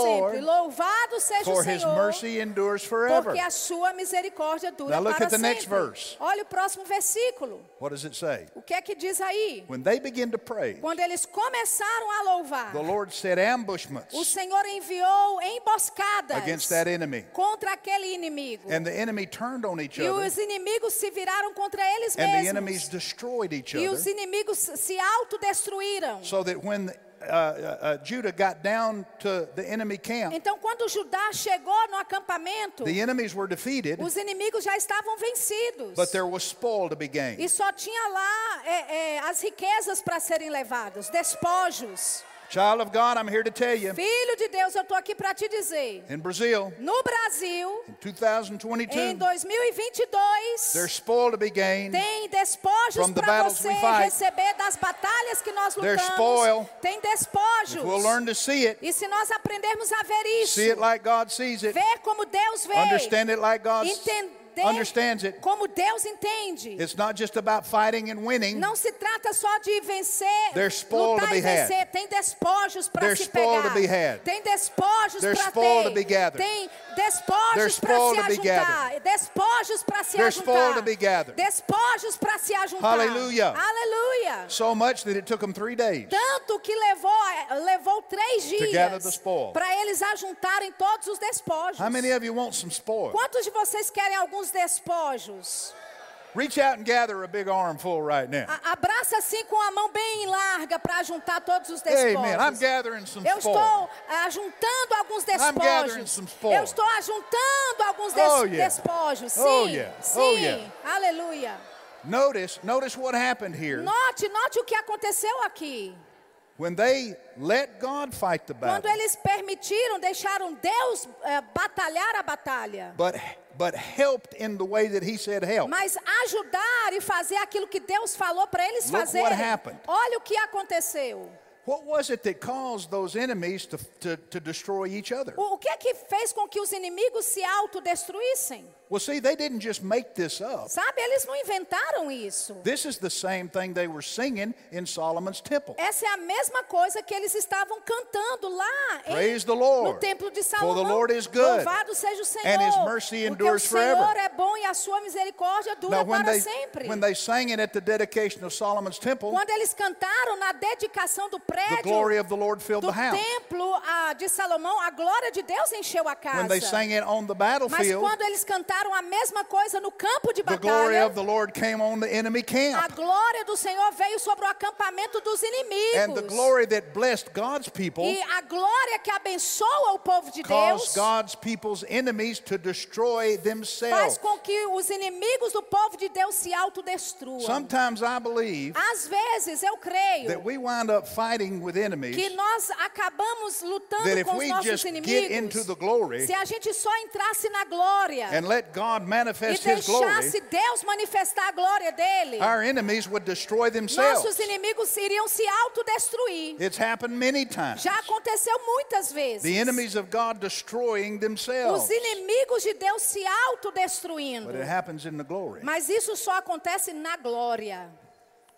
A: Lord,
B: sempre. Louvado seja o
A: For his
B: Senhor,
A: mercy endures forever.
B: porque a sua misericórdia dura
A: Now look
B: para
A: at the
B: sempre.
A: next verse.
B: Olha o próximo versículo.
A: What does it say?
B: O que é que diz aí?
A: When they begin to pray,
B: Quando eles começaram a louvar,
A: the Lord set
B: o
A: ambushments
B: Senhor enviou emboscadas
A: against that enemy.
B: contra aquele inimigo.
A: And the enemy turned on each
B: E
A: other,
B: os inimigos se viraram contra eles
A: and the enemies
B: mesmos.
A: destroyed each
B: E
A: other.
B: os inimigos se autodestruíram.
A: So that when uh, uh, uh, Judah got down to the enemy camp,
B: Então, quando Judá chegou no acampamento,
A: the enemies were defeated,
B: os inimigos já estavam vencidos.
A: but there was spoil to be
B: E
A: gained.
B: só tinha lá é, é, as riquezas para serem levadas, despojos.
A: Child of God, I'm here to tell you
B: Filho de Deus, eu estou aqui para te dizer:
A: in Brazil,
B: no Brasil,
A: in
B: em
A: 2022,
B: 2022,
A: there's spoil to be gained,
B: Tem despojos
A: From the
B: para
A: battles
B: você
A: we fight.
B: receber das batalhas que nós
A: There's
B: lutamos.
A: spoil.
B: Tem
A: If we'll
B: despojos.
A: learn to see it,
B: E se nós aprendermos a ver isso,
A: see it like God sees it,
B: ver como Deus vê,
A: understand it like God s-
B: entender
A: understands it.
B: como Deus entende.
A: It's not just about fighting and winning,
B: Não se trata só de vencer,
A: There's spoil
B: lutar
A: to be
B: e
A: had.
B: vencer. Tem despojos para
A: There's
B: se
A: spoil
B: pegar.
A: to be had.
B: Tem despojos
A: There's
B: para
A: spoil
B: ter.
A: to be gathered.
B: Tem
A: There's
B: despojos para
A: spoil
B: se
A: to be
B: ajuntar. Despojos para se
A: There's spoil
B: ajuntar.
A: to be gathered.
B: Despojos para se ajuntar.
A: Hallelujah.
B: Aleluia.
A: so much that it took them three days.
B: Tanto que levou, é, levou três
A: gather the
B: dias
A: spoil.
B: para eles ajuntarem todos os despojos.
A: How many of you want some spoil?
B: Quantos de vocês querem alguns despojos?
A: Reach out and gather a big armful right now.
B: A- Abraça assim com a mão bem larga para juntar todos os despojos.
A: Amen. I'm gathering some
B: Eu
A: spoil.
B: estou ah, ajuntando alguns
A: gathering some
B: despojos.
A: spoil.
B: Eu estou ajuntando alguns des-
A: Oh, yeah.
B: despojos. Sim,
A: Oh, yeah.
B: sim.
A: Oh, yeah.
B: Aleluia.
A: Notice, notice what happened here.
B: Note, note o que aconteceu aqui.
A: When they let God fight the
B: Quando
A: battle,
B: eles permitiram, deixaram Deus eh, batalhar a batalha.
A: but but helped in the way that He said help.
B: Mas ajudar e fazer aquilo que Deus falou para eles
A: Look what
B: fazerem.
A: happened.
B: Olha o que aconteceu.
A: What was it that caused those enemies to, to, to destroy each other?
B: O, o que é que fez com que os inimigos se autodestruíssem?
A: Well, see, they didn't just make this up.
B: Sabe, eles não inventaram isso.
A: This is the same thing they were singing in Solomon's temple.
B: Essa é a mesma coisa que eles estavam cantando lá em-
A: Praise the Lord,
B: no templo de
A: for
B: Salomão.
A: the Lord is good,
B: Louvado seja o Senhor.
A: and His mercy
B: porque o
A: endures
B: Senhor
A: forever.
B: é bom e a sua misericórdia dura
A: Now, when
B: para
A: they,
B: sempre.
A: when they sang it at the dedication of Solomon's temple,
B: Quando eles cantaram na dedicação do
A: the
B: prédio
A: glory of the Lord filled the
B: do
A: house.
B: templo ah, de Salomão, a glória de Deus encheu a casa.
A: When they sang it on the
B: Mas
A: battlefield,
B: quando eles cantaram a mesma coisa no campo de
A: the glory
B: batalha,
A: of the Lord came on the enemy
B: a
A: camp.
B: glória do Senhor veio sobre o acampamento dos inimigos.
A: And the glory that blessed God's people
B: E a glória que abençoa o povo de Deus
A: caused God's people's enemies to destroy
B: faz
A: themselves.
B: com que os inimigos do povo de Deus se autodestruam.
A: Sometimes I believe
B: Às vezes eu
A: that
B: creio
A: we wind up fighting with
B: que
A: enemies
B: nós acabamos
A: that
B: lutando
A: if
B: com os
A: we
B: nossos
A: just get into
B: inimigos.
A: the glory
B: Se a gente só entrasse na glória
A: and let God
B: e
A: manifest His glory,
B: deixasse Deus manifestar a glória dele,
A: our enemies would destroy
B: nossos
A: themselves.
B: inimigos iriam se autodestruir.
A: It's happened many times.
B: Já aconteceu muitas vezes.
A: The enemies of God destroying
B: Os
A: themselves.
B: inimigos de Deus se autodestruindo.
A: But it happens in the glory
B: Mas isso só acontece na glória.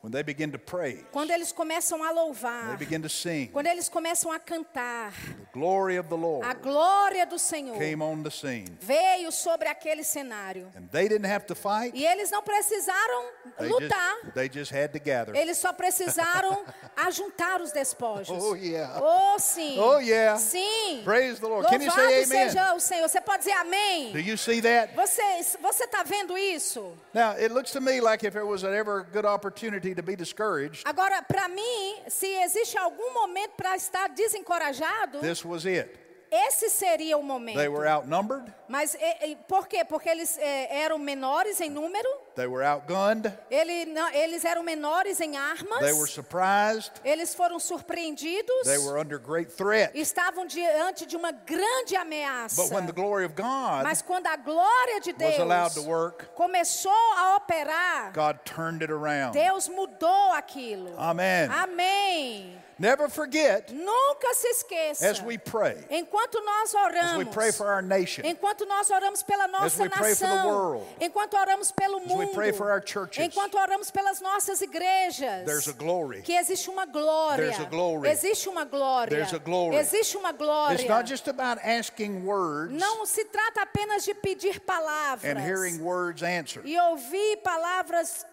A: when they begin to pray,
B: Quando eles começam a
A: when they
B: louvar,
A: begin to sing.
B: quando eles começam a cantar,
A: The glory of the Lord
B: a glória do Senhor
A: came on the scene.
B: veio sobre aquele cenário.
A: And they didn't have to fight.
B: E eles não precisaram
A: They
B: lutar.
A: just, they just had to gather.
B: Eles só precisaram [laughs] ajuntar os despojos.
A: Oh, yeah.
B: Oh, sim.
A: Oh, yeah.
B: Sim.
A: Praise the Lord. Can
B: Louvado
A: you say amen?
B: seja o Senhor. Você pode dizer amém?
A: Do you see that?
B: Você você está vendo isso?
A: Now, it looks to me like if there was ever a good opportunity to be discouraged,
B: Agora, para mim, se existe algum momento para estar desencorajado,
A: this was it.
B: esse seria o
A: They
B: momento.
A: were outnumbered,
B: Mas e- e por quê? Porque eles eh, eram menores em número,
A: they were outgunned,
B: ele não- eles eram menores em
A: they were
B: armas,
A: surprised,
B: eles foram surpreendidos,
A: they were under great threat.
B: estavam diante de uma grande ameaça.
A: But when the glory of God
B: Mas quando a glória de
A: was allowed to
B: Deus
A: work,
B: começou a operar,
A: God turned it around.
B: Deus mudou aquilo.
A: Amen.
B: Amém.
A: Never forget
B: Nunca se esqueça.
A: as we pray,
B: Enquanto nós
A: as we
B: oramos,
A: pray for our nation,
B: enquanto nós oramos pela nossa
A: we pray for the
B: nação,
A: world,
B: enquanto oramos pelo
A: we
B: mundo,
A: pray for our churches,
B: enquanto oramos pelas nossas igrejas,
A: there's a glory.
B: que existe uma glória,
A: There's a glory.
B: existe uma glória,
A: There's a glory.
B: existe uma glória.
A: It's not just about asking words
B: Não se trata apenas de pedir palavras
A: and hearing words answered.
B: e ouvir palavras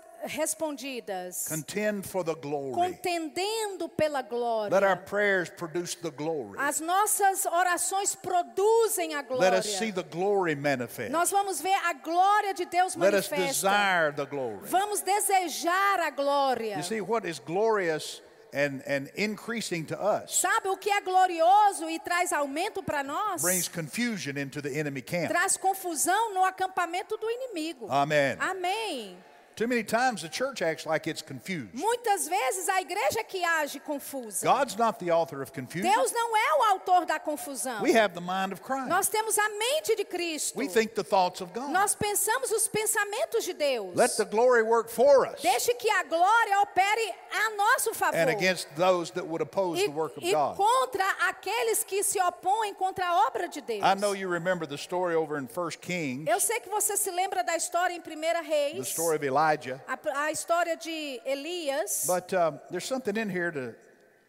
B: respondidas,
A: Contend for the glory.
B: contendendo pela glória.
A: Let our prayers produce the glory.
B: As nossas orações produzem a glória.
A: Let us see the glory manifest.
B: Nós vamos ver a glória de Deus
A: Let us
B: manifesta.
A: desire the glory.
B: Vamos desejar a glória.
A: You see, what is glorious and, and increasing to us
B: Sabe o que é glorioso e traz aumento para nós?
A: brings confusion into the enemy camp.
B: Traz confusão no acampamento do inimigo.
A: Amen.
B: Ah. Amém.
A: Too many times the church acts like it's confused.
B: Muitas vezes a igreja que age confusa.
A: God's not the author of confusion.
B: Deus não é o autor da confusão.
A: We have the mind of Christ.
B: Nós temos a mente de Cristo.
A: We think the thoughts of God.
B: Nós pensamos os pensamentos de Deus.
A: Let the glory work for us
B: Deixe que a glória opere a nosso favor.
A: and against those that would oppose
B: e,
A: the work of
B: e
A: God.
B: contra aqueles que se opõem contra a obra de Deus.
A: I know you remember the story over in 1 Kings,
B: Eu sei que você se lembra da história em 1 Reis,
A: the story of Elijah.
B: a, a história de Elias.
A: But um, there's something in here to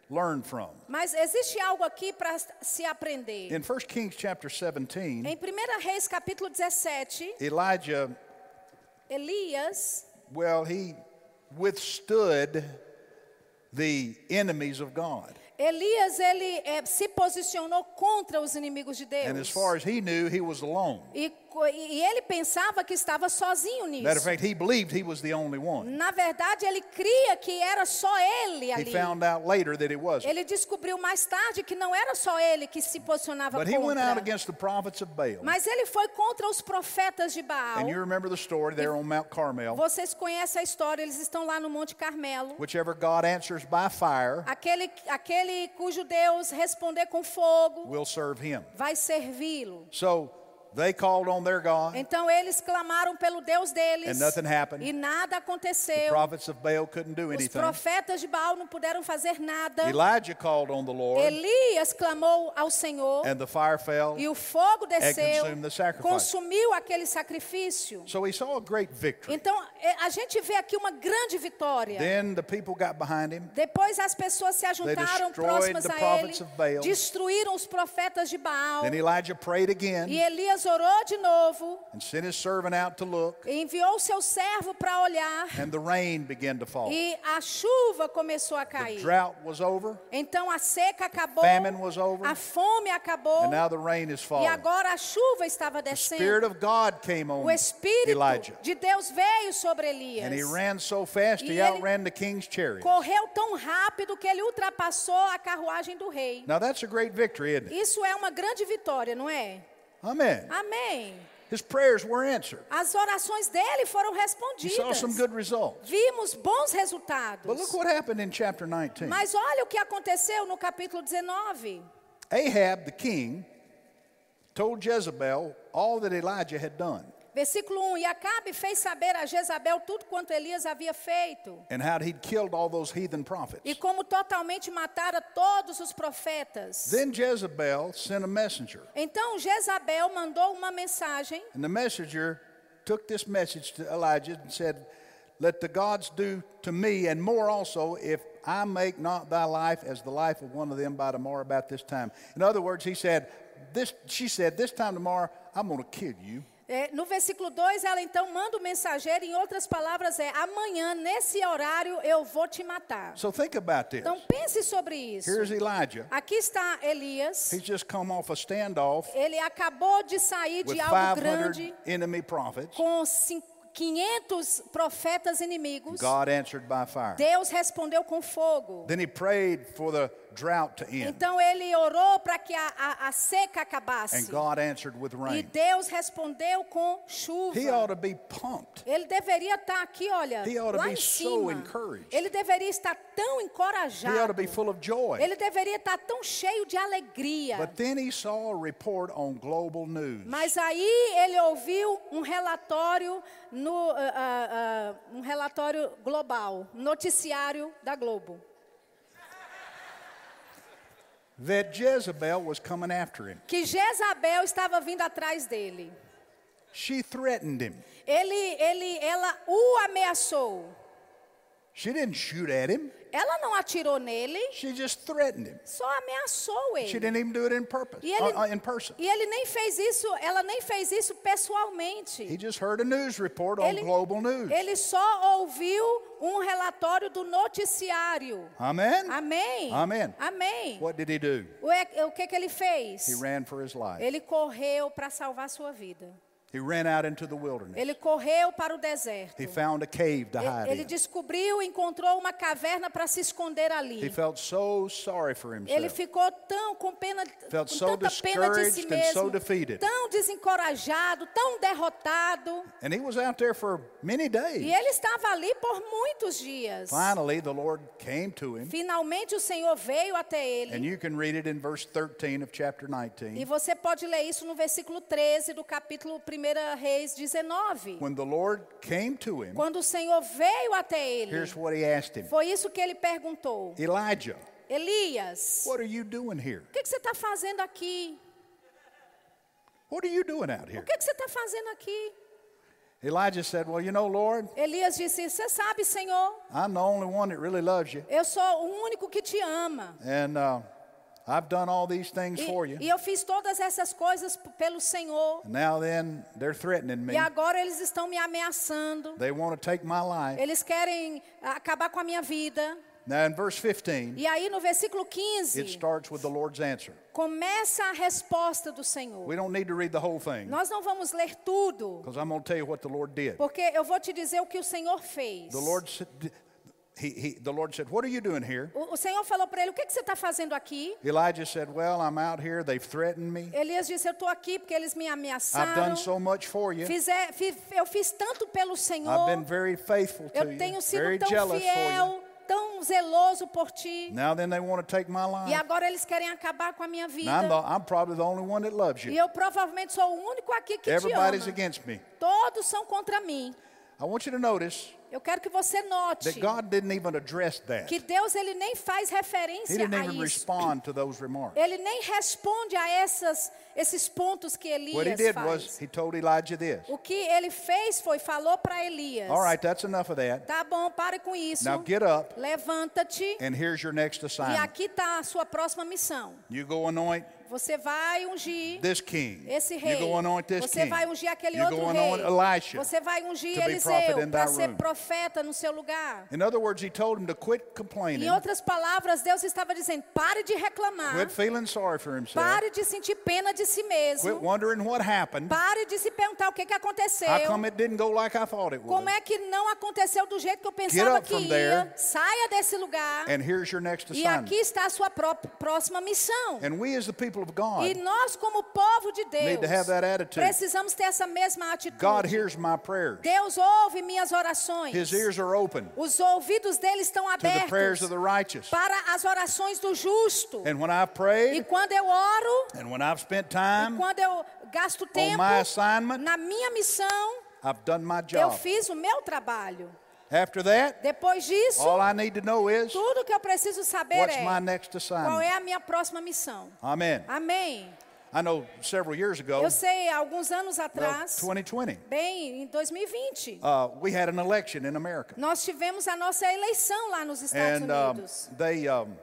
A: learn from.
B: mas existe algo aqui para se aprender.
A: In 1 Kings chapter 17,
B: em 1 Reis, capítulo 17,
A: Elijah,
B: Elias,
A: well, he withstood the enemies of God.
B: Elias ele eh, se posicionou contra os inimigos de Deus.
A: And as far as he knew, he was alone.
B: e, co- e ele pensava que estava sozinho nisso.
A: Matter of fact, he believed he was the only one.
B: Na verdade, ele cria que era só ele
A: He
B: ali.
A: found out later that it wasn't.
B: Ele descobriu mais tarde que não era só ele que se posicionava
A: But he went out
B: contra.
A: against the prophets of Baal.
B: Mas ele foi contra os profetas de Baal.
A: And you remember the story there on Mount Carmel.
B: Vocês conhecem a história, eles estão lá no Monte Carmelo.
A: Whichever God answers by fire
B: Aquele, aquele cujo Deus responder com fogo
A: will serve him.
B: vai servi-lo.
A: So they called on their God.
B: Então eles clamaram pelo Deus deles
A: And nothing happened.
B: e nada
A: The
B: aconteceu.
A: prophets of Baal couldn't do
B: Os
A: anything.
B: profetas de Baal não puderam fazer nada.
A: Elijah called on the Lord,
B: Elias clamou ao Senhor
A: and the fire fell.
B: e o fogo desceu,
A: consumed the sacrifice.
B: consumiu aquele sacrifício.
A: So he saw a great victory.
B: Então é, a gente vê aqui uma grande vitória.
A: Then the people got behind him.
B: Depois as pessoas se ajuntaram
A: destroyed
B: próximas
A: the
B: a ele,
A: prophets of Baal.
B: destruíram os profetas de Baal.
A: Then Elijah prayed
B: E
A: again
B: Elias orou de novo,
A: and sent his servant out to look,
B: e enviou seu servo para olhar,
A: and the rain began to fall.
B: e a chuva começou a
A: Oh. The
B: cair.
A: drought was over,
B: Então a seca acabou,
A: famine was over,
B: a fome acabou,
A: and now the rain is
B: e
A: falling.
B: agora a chuva estava
A: The Spirit
B: descendo.
A: of God came
B: O
A: on
B: Espírito
A: Elijah,
B: de Deus veio sobre Elias.
A: and he ran so fast
B: E
A: he
B: ele-
A: outran the king's chariot.
B: Correu tão rápido que ele ultrapassou a carruagem do rei.
A: Now that's a great victory, isn't it?
B: Isso é uma grande vitória, não é?
A: Amen.
B: Amém.
A: His prayers were answered.
B: As orações dele foram
A: He saw
B: respondidas.
A: some good results.
B: Vimos bons resultados.
A: But look what happened in chapter 19.
B: Mas olha o que aconteceu no capítulo 19.
A: Ahab the king told Jezebel all that Elijah had done
B: Versículo 1: E Acabe fez saber a Jezabel tudo quanto Elias havia feito,
A: and how he'd killed all those heathen prophets.
B: e como totalmente matara todos os profetas.
A: Then Jezebel sent a messenger,
B: Então Jezabel mandou uma mensagem,
A: and the messenger took this message to Elijah and said, Let the gods do to me and more also if I make not thy life as the life of one of them by tomorrow about this time. In other words, he said, this, she said, this time tomorrow, I'm going to kill you.
B: É, no versículo 2, ela então manda o mensageiro, em outras palavras, é: amanhã, nesse horário, eu vou te matar.
A: So think about this.
B: Então pense sobre isso.
A: Here's Elijah.
B: Aqui está Elias.
A: He's just come off a standoff
B: Ele acabou de sair
A: with
B: de algo
A: 500
B: grande
A: enemy prophets.
B: com cin- 500 profetas inimigos.
A: God answered by fire.
B: Deus respondeu com fogo.
A: Then he prayed for the drought to end.
B: Então ele orou para que a, a- a seca
A: And
B: acabasse.
A: God answered with
B: E
A: rain.
B: Deus respondeu com chuva.
A: He ought to be pumped.
B: Ele deveria estar aqui, olha,
A: He ought to
B: lá
A: be
B: em
A: so
B: cima.
A: encouraged.
B: Ele deveria estar tão
A: He ought to
B: encorajado.
A: be full of joy.
B: Ele deveria estar tão cheio de alegria.
A: But then he saw a report on global news.
B: Mas aí ele ouviu um relatório no ah, ah, ah, um relatório global, um noticiário da Globo,
A: that Jezebel was coming after him.
B: que Jezabel estava vindo atrás dele.
A: She threatened him.
B: Ele, ele, ela o ameaçou.
A: She didn't shoot at him.
B: Ela não atirou nele,
A: She just threatened him.
B: só ameaçou
A: She
B: ele.
A: didn't even do it in purpose,
B: E ele,
A: uh, uh, in person.
B: e ele nem fez isso, ela nem fez isso
A: He
B: pessoalmente.
A: just heard a news report on
B: Ele-
A: global news.
B: Ele só ouviu um relatório do noticiário.
A: Amen?
B: Amém.
A: Amen.
B: Amém.
A: What did he do?
B: O, e- o que, que ele fez?
A: He ran for his life.
B: Ele correu para salvar sua vida.
A: he ran out into the wilderness.
B: Ele correu para o deserto.
A: he found a cave to hide
B: E- Ele
A: in.
B: descobriu, encontrou uma caverna para se esconder
A: he
B: ali.
A: felt so sorry for himself.
B: Ele ficou tão com pena, com
A: Felt so
B: tanta pena de si
A: discouraged and so
B: mesmo,
A: defeated.
B: tão desencorajado, tão derrotado.
A: and he was out there for many days.
B: E ele estava ali por muitos dias.
A: Finally, the Lord came to him.
B: Finalmente o Senhor veio até
A: And
B: ele.
A: you can read it in verse 13 of chapter 19.
B: E você pode ler isso no versículo 13 do capítulo 1 Reis 19.
A: When the Lord came to him,
B: Quando o Senhor veio até ele,
A: here's what he asked him
B: foi isso que ele perguntou.
A: Elijah,
B: Elias,
A: what are you doing here?
B: o que, que você está fazendo aqui?
A: What are you doing out
B: O
A: here?
B: que, que você está fazendo aqui?
A: Elijah said, Well, you know, Lord,
B: Elias disse: Você sabe, Senhor,
A: I'm the only one that really loves you.
B: eu sou o único que te ama.
A: And uh, I've done all these things for you.
B: E, e eu fiz todas essas coisas p- pelo Senhor.
A: And now then, they're threatening me.
B: E agora eles estão me ameaçando.
A: They want to take my life.
B: Eles querem ah, acabar com a minha vida.
A: Now, in verse 15,
B: E aí no versículo
A: it
B: 15,
A: starts with the Lord's answer.
B: começa a resposta do Senhor.
A: We don't need to read the whole thing
B: Nós não vamos ler tudo,
A: because I'm going to tell you what the Lord did.
B: porque eu vou te dizer o que o Senhor fez.
A: The Lord said, he, he, the Lord said, What are you doing here?
B: O, o Senhor falou para ele: O que, que você está fazendo aqui?
A: Elijah said, Well, I'm out here. They've threatened me.
B: Elias disse: Eu estou aqui porque eles me
A: I've done
B: ameaçaram.
A: so much for you.
B: Fizer- fi- eu fiz tanto pelo
A: I've
B: Senhor.
A: been very faithful to
B: Eu
A: you.
B: tenho sido
A: Very
B: tão
A: jealous for
B: fiel, tão zeloso por ti.
A: you. Now then, they want to take my
B: E
A: life.
B: agora eles querem acabar com a minha
A: And I'm, the,
B: vida.
A: I'm probably the only one that loves
B: E
A: you.
B: eu provavelmente sou o único aqui que te
A: Everybody's
B: ama.
A: against me.
B: Todos são contra mim.
A: I want you to notice
B: Eu quero que você note
A: that God didn't even address that.
B: que Deus ele nem faz
A: He
B: referência
A: didn't
B: a
A: even
B: isso.
A: respond to those remarks.
B: Ele nem responde a essas, esses pontos que
A: What he
B: Elias
A: did was
B: faz.
A: he told Elijah this.
B: O que ele fez foi falou para Elias.
A: All right, that's enough of that.
B: Tá bom, pare com isso.
A: Now get up,
B: Levanta-te.
A: and here's your next
B: E
A: assignment.
B: aqui está a sua próxima missão.
A: You go anoint
B: Você vai ungir
A: this king.
B: esse
A: You
B: rei.
A: go anoint this
B: Você
A: king.
B: vai ungir aquele
A: You
B: outro
A: go anoint
B: rei.
A: Elisha.
B: Você vai ungir
A: to be prophet
B: Eliseu
A: in
B: para
A: thy
B: ser
A: room.
B: profeta no seu lugar.
A: In other words, he told him to quit complaining,
B: Em outras palavras, Deus estava dizendo: pare de reclamar,
A: quit feeling sorry for himself,
B: pare de sentir pena de si
A: quit
B: mesmo,
A: wondering what happened,
B: pare de se perguntar o que, que aconteceu,
A: how come it didn't go like I thought it
B: como
A: would.
B: é que não aconteceu do jeito que eu pensava
A: up
B: que
A: from
B: ia.
A: there.
B: Saia desse lugar.
A: And here's your next
B: E aqui
A: assignment.
B: está a sua pró- próxima missão.
A: And we, as the people of
B: E
A: God,
B: nós, como povo de Deus,
A: need to have that attitude.
B: precisamos ter essa mesma atitude.
A: God hears my prayers.
B: Deus ouve minhas orações.
A: His ears are open
B: Os ouvidos dele estão
A: to the prayers
B: abertos
A: of the righteous.
B: para as orações do justo.
A: And when I've
B: E
A: prayed,
B: quando eu oro,
A: and when I've spent
B: e
A: time
B: quando eu gasto
A: on
B: tempo
A: my assignment,
B: na minha missão,
A: I've done my
B: eu
A: job.
B: fiz o meu trabalho.
A: After that,
B: Depois disso,
A: all I need to know is
B: tudo que eu preciso saber
A: what's
B: é
A: my next
B: qual
A: assignment.
B: é a minha próxima missão.
A: Amen.
B: Amém.
A: I know several years ago,
B: Eu
A: well,
B: sei, há alguns anos atrás,
A: 2020,
B: bem, em 2020,
A: uh, we had an election in America.
B: nós tivemos a nossa eleição lá nos Estados
A: And um,
B: Unidos.
A: they, um,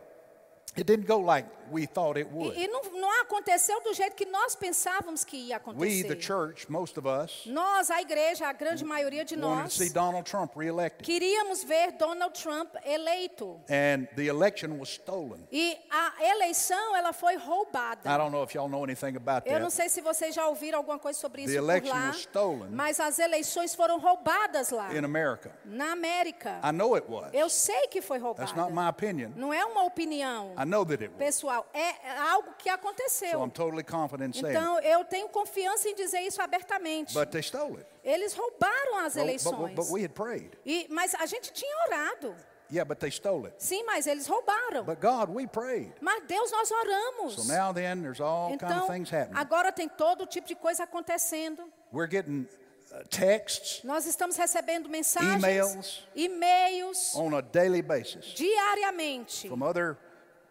A: it didn't go like we thought it would.
B: E, e não, não aconteceu do jeito que nós pensávamos que ia
A: We, the
B: acontecer.
A: church, most of us,
B: Nós, a igreja, a grande maioria de
A: wanted to
B: nós,
A: see Donald Trump reelected.
B: queríamos ver Donald Trump eleito.
A: And the election was stolen.
B: E a eleição, ela foi roubada.
A: I don't know if y'all know anything about
B: Eu não
A: that.
B: sei se vocês já ouviram alguma coisa sobre
A: é. The
B: isso por
A: election
B: lá,
A: was stolen.
B: mas as eleições foram roubadas lá,
A: in America.
B: na América.
A: I know it was.
B: Eu sei que foi
A: That's not
B: roubada.
A: my opinion.
B: Não é uma opinião
A: I know that it was.
B: pessoal, é algo que
A: So I'm
B: aconteceu.
A: totally confident in saying it.
B: Então, eu tenho confiança em dizer isso abertamente.
A: But they stole it.
B: Eles roubaram as
A: Well, but- But, but
B: eleições.
A: we had prayed.
B: E, mas a gente tinha orado.
A: Yeah, but they stole it.
B: Sim, mas eles roubaram.
A: But God, we prayed.
B: Mas Deus, nós oramos.
A: So now then, there's all kind
B: Então,
A: of things happening.
B: agora tem todo tipo de coisa acontecendo.
A: We're getting uh, texts
B: Nós estamos recebendo mensagens,
A: E-mails.
B: e-mails
A: on a daily basis
B: diariamente
A: from other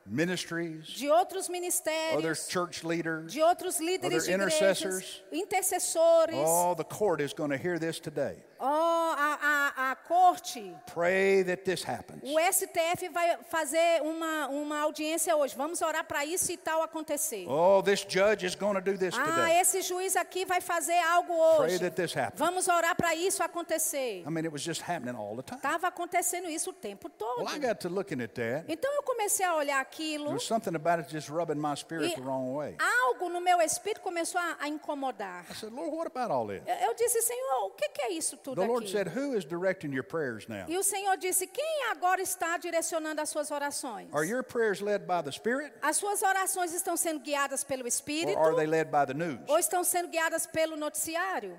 A: ministries,
B: de outros
A: other
B: ministérios,
A: church leaders.
B: de outros líderes de
A: other
B: igrejas,
A: intercessors.
B: intercessores. Oh,
A: Oh, the court is going to hear this today.
B: a, a, a corte,
A: Pray that this happens.
B: o STF vai fazer uma, uma audiência hoje. Vamos orar para isso e tal acontecer.
A: Oh, this judge is going to do this
B: Ah,
A: today.
B: esse juiz aqui vai fazer algo
A: Pray
B: hoje.
A: that this happens.
B: Vamos orar para isso acontecer.
A: I mean, it was just happening all the time.
B: Estava acontecendo isso o tempo todo.
A: Well, I got to looking at that.
B: Então eu comecei a olhar aquilo
A: There's something about it just rubbing my spirit
B: e
A: the wrong way.
B: algo no meu espírito começou a, a incomodar.
A: I said, Lord, what about all this?
B: Eu, eu disse, Senhor, o que, que é isso tudo
A: The Lord
B: aqui?
A: said, Who is directing your prayers now?
B: E o Senhor disse, quem agora está direcionando as suas orações?
A: Are your prayers led by the Spirit
B: As suas orações estão sendo guiadas pelo
A: or
B: Espírito
A: are they led by the news?
B: ou estão sendo guiadas pelo noticiário?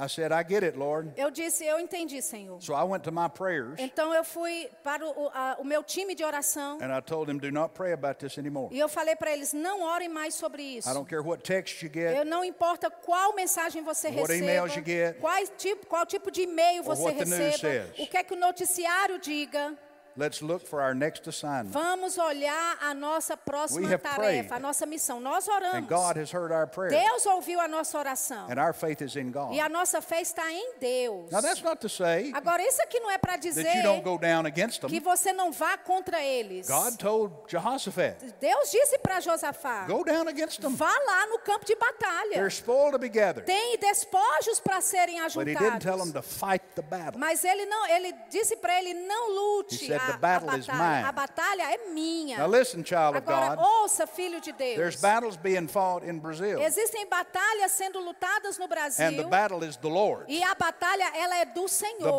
A: I said, I get it, Lord.
B: Eu disse, eu entendi, Senhor.
A: So I went to my prayers
B: Então eu fui para o, a- o meu time de oração
A: and I told him, Do not pray about this anymore.
B: e eu falei para eles: não orem mais sobre isso.
A: I don't care what text you
B: Eu
A: get
B: não importa qual mensagem você
A: What emails you
B: receba,
A: get.
B: quais tipo- qual tipo de e-mail
A: Or
B: você
A: what the news
B: receba,
A: says.
B: o que é que o noticiário diga.
A: Let's look for our next assignment.
B: Vamos olhar a nossa
A: We
B: próxima
A: have prayed.
B: tarefa, a nossa missão. Nós oramos.
A: And God has heard our prayer,
B: Deus ouviu a nossa oração.
A: and our faith is in God.
B: E a nossa fé está em Deus.
A: Now, that's not to say
B: Agora, isso aqui não é para
A: that you don't
B: dizer
A: go down against
B: que
A: them.
B: você não vá contra eles.
A: God told Jehoshaphat,
B: Deus disse para Josafá:
A: Go down against them.
B: vá lá no campo de batalha.
A: There's spoil to be gathered.
B: Tem despojos para serem
A: But he didn't tell them
B: ajuntados.
A: to fight the battle.
B: Mas ele não, ele disse para ele: não
A: He
B: lute
A: said,
B: a,
A: "The
B: a
A: battle is mine."
B: batalha. A batalha é minha.
A: Now listen, child of
B: Agora
A: God.
B: ouça, filho de
A: There's
B: Deus.
A: battles being fought in Brazil,
B: Existem batalhas sendo lutadas no
A: and the
B: Brasil
A: battle is the Lord.
B: e a batalha ela é do Senhor.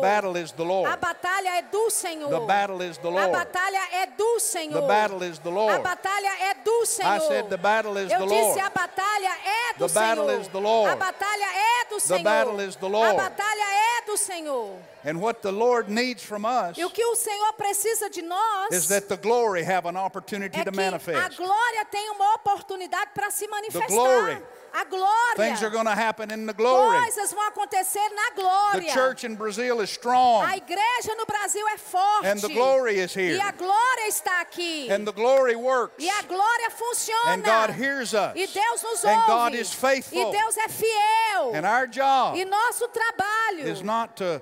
A: The battle is the
B: A
A: Lord.
B: batalha é do Senhor.
A: The battle is the
B: A
A: Lord.
B: batalha é do Senhor.
A: The battle is the
B: A
A: Lord.
B: batalha é do Senhor.
A: said, "The battle is
B: Eu
A: the
B: disse,
A: Lord."
B: a batalha é do
A: The battle
B: Senhor.
A: is the Lord.
B: A batalha é do Senhor.
A: battle is the Lord.
B: A batalha é do Senhor.
A: And what the Lord needs from us
B: E o que o Senhor precisa de nós
A: is that the glory have an opportunity
B: é
A: to
B: que a
A: manifest.
B: glória tem uma oportunidade para se manifestar.
A: glory.
B: A glória.
A: Things are going to happen in the glory.
B: Coisas vão acontecer na
A: The
B: glória.
A: church in Brazil is strong,
B: A igreja no Brasil é forte.
A: and the glory is
B: E
A: here,
B: a glória está aqui.
A: and the glory works,
B: E a glória funciona.
A: and God hears us,
B: E Deus nos
A: and
B: ouve.
A: God is
B: E
A: faithful.
B: Deus é fiel.
A: And our job
B: e nosso trabalho
A: is not to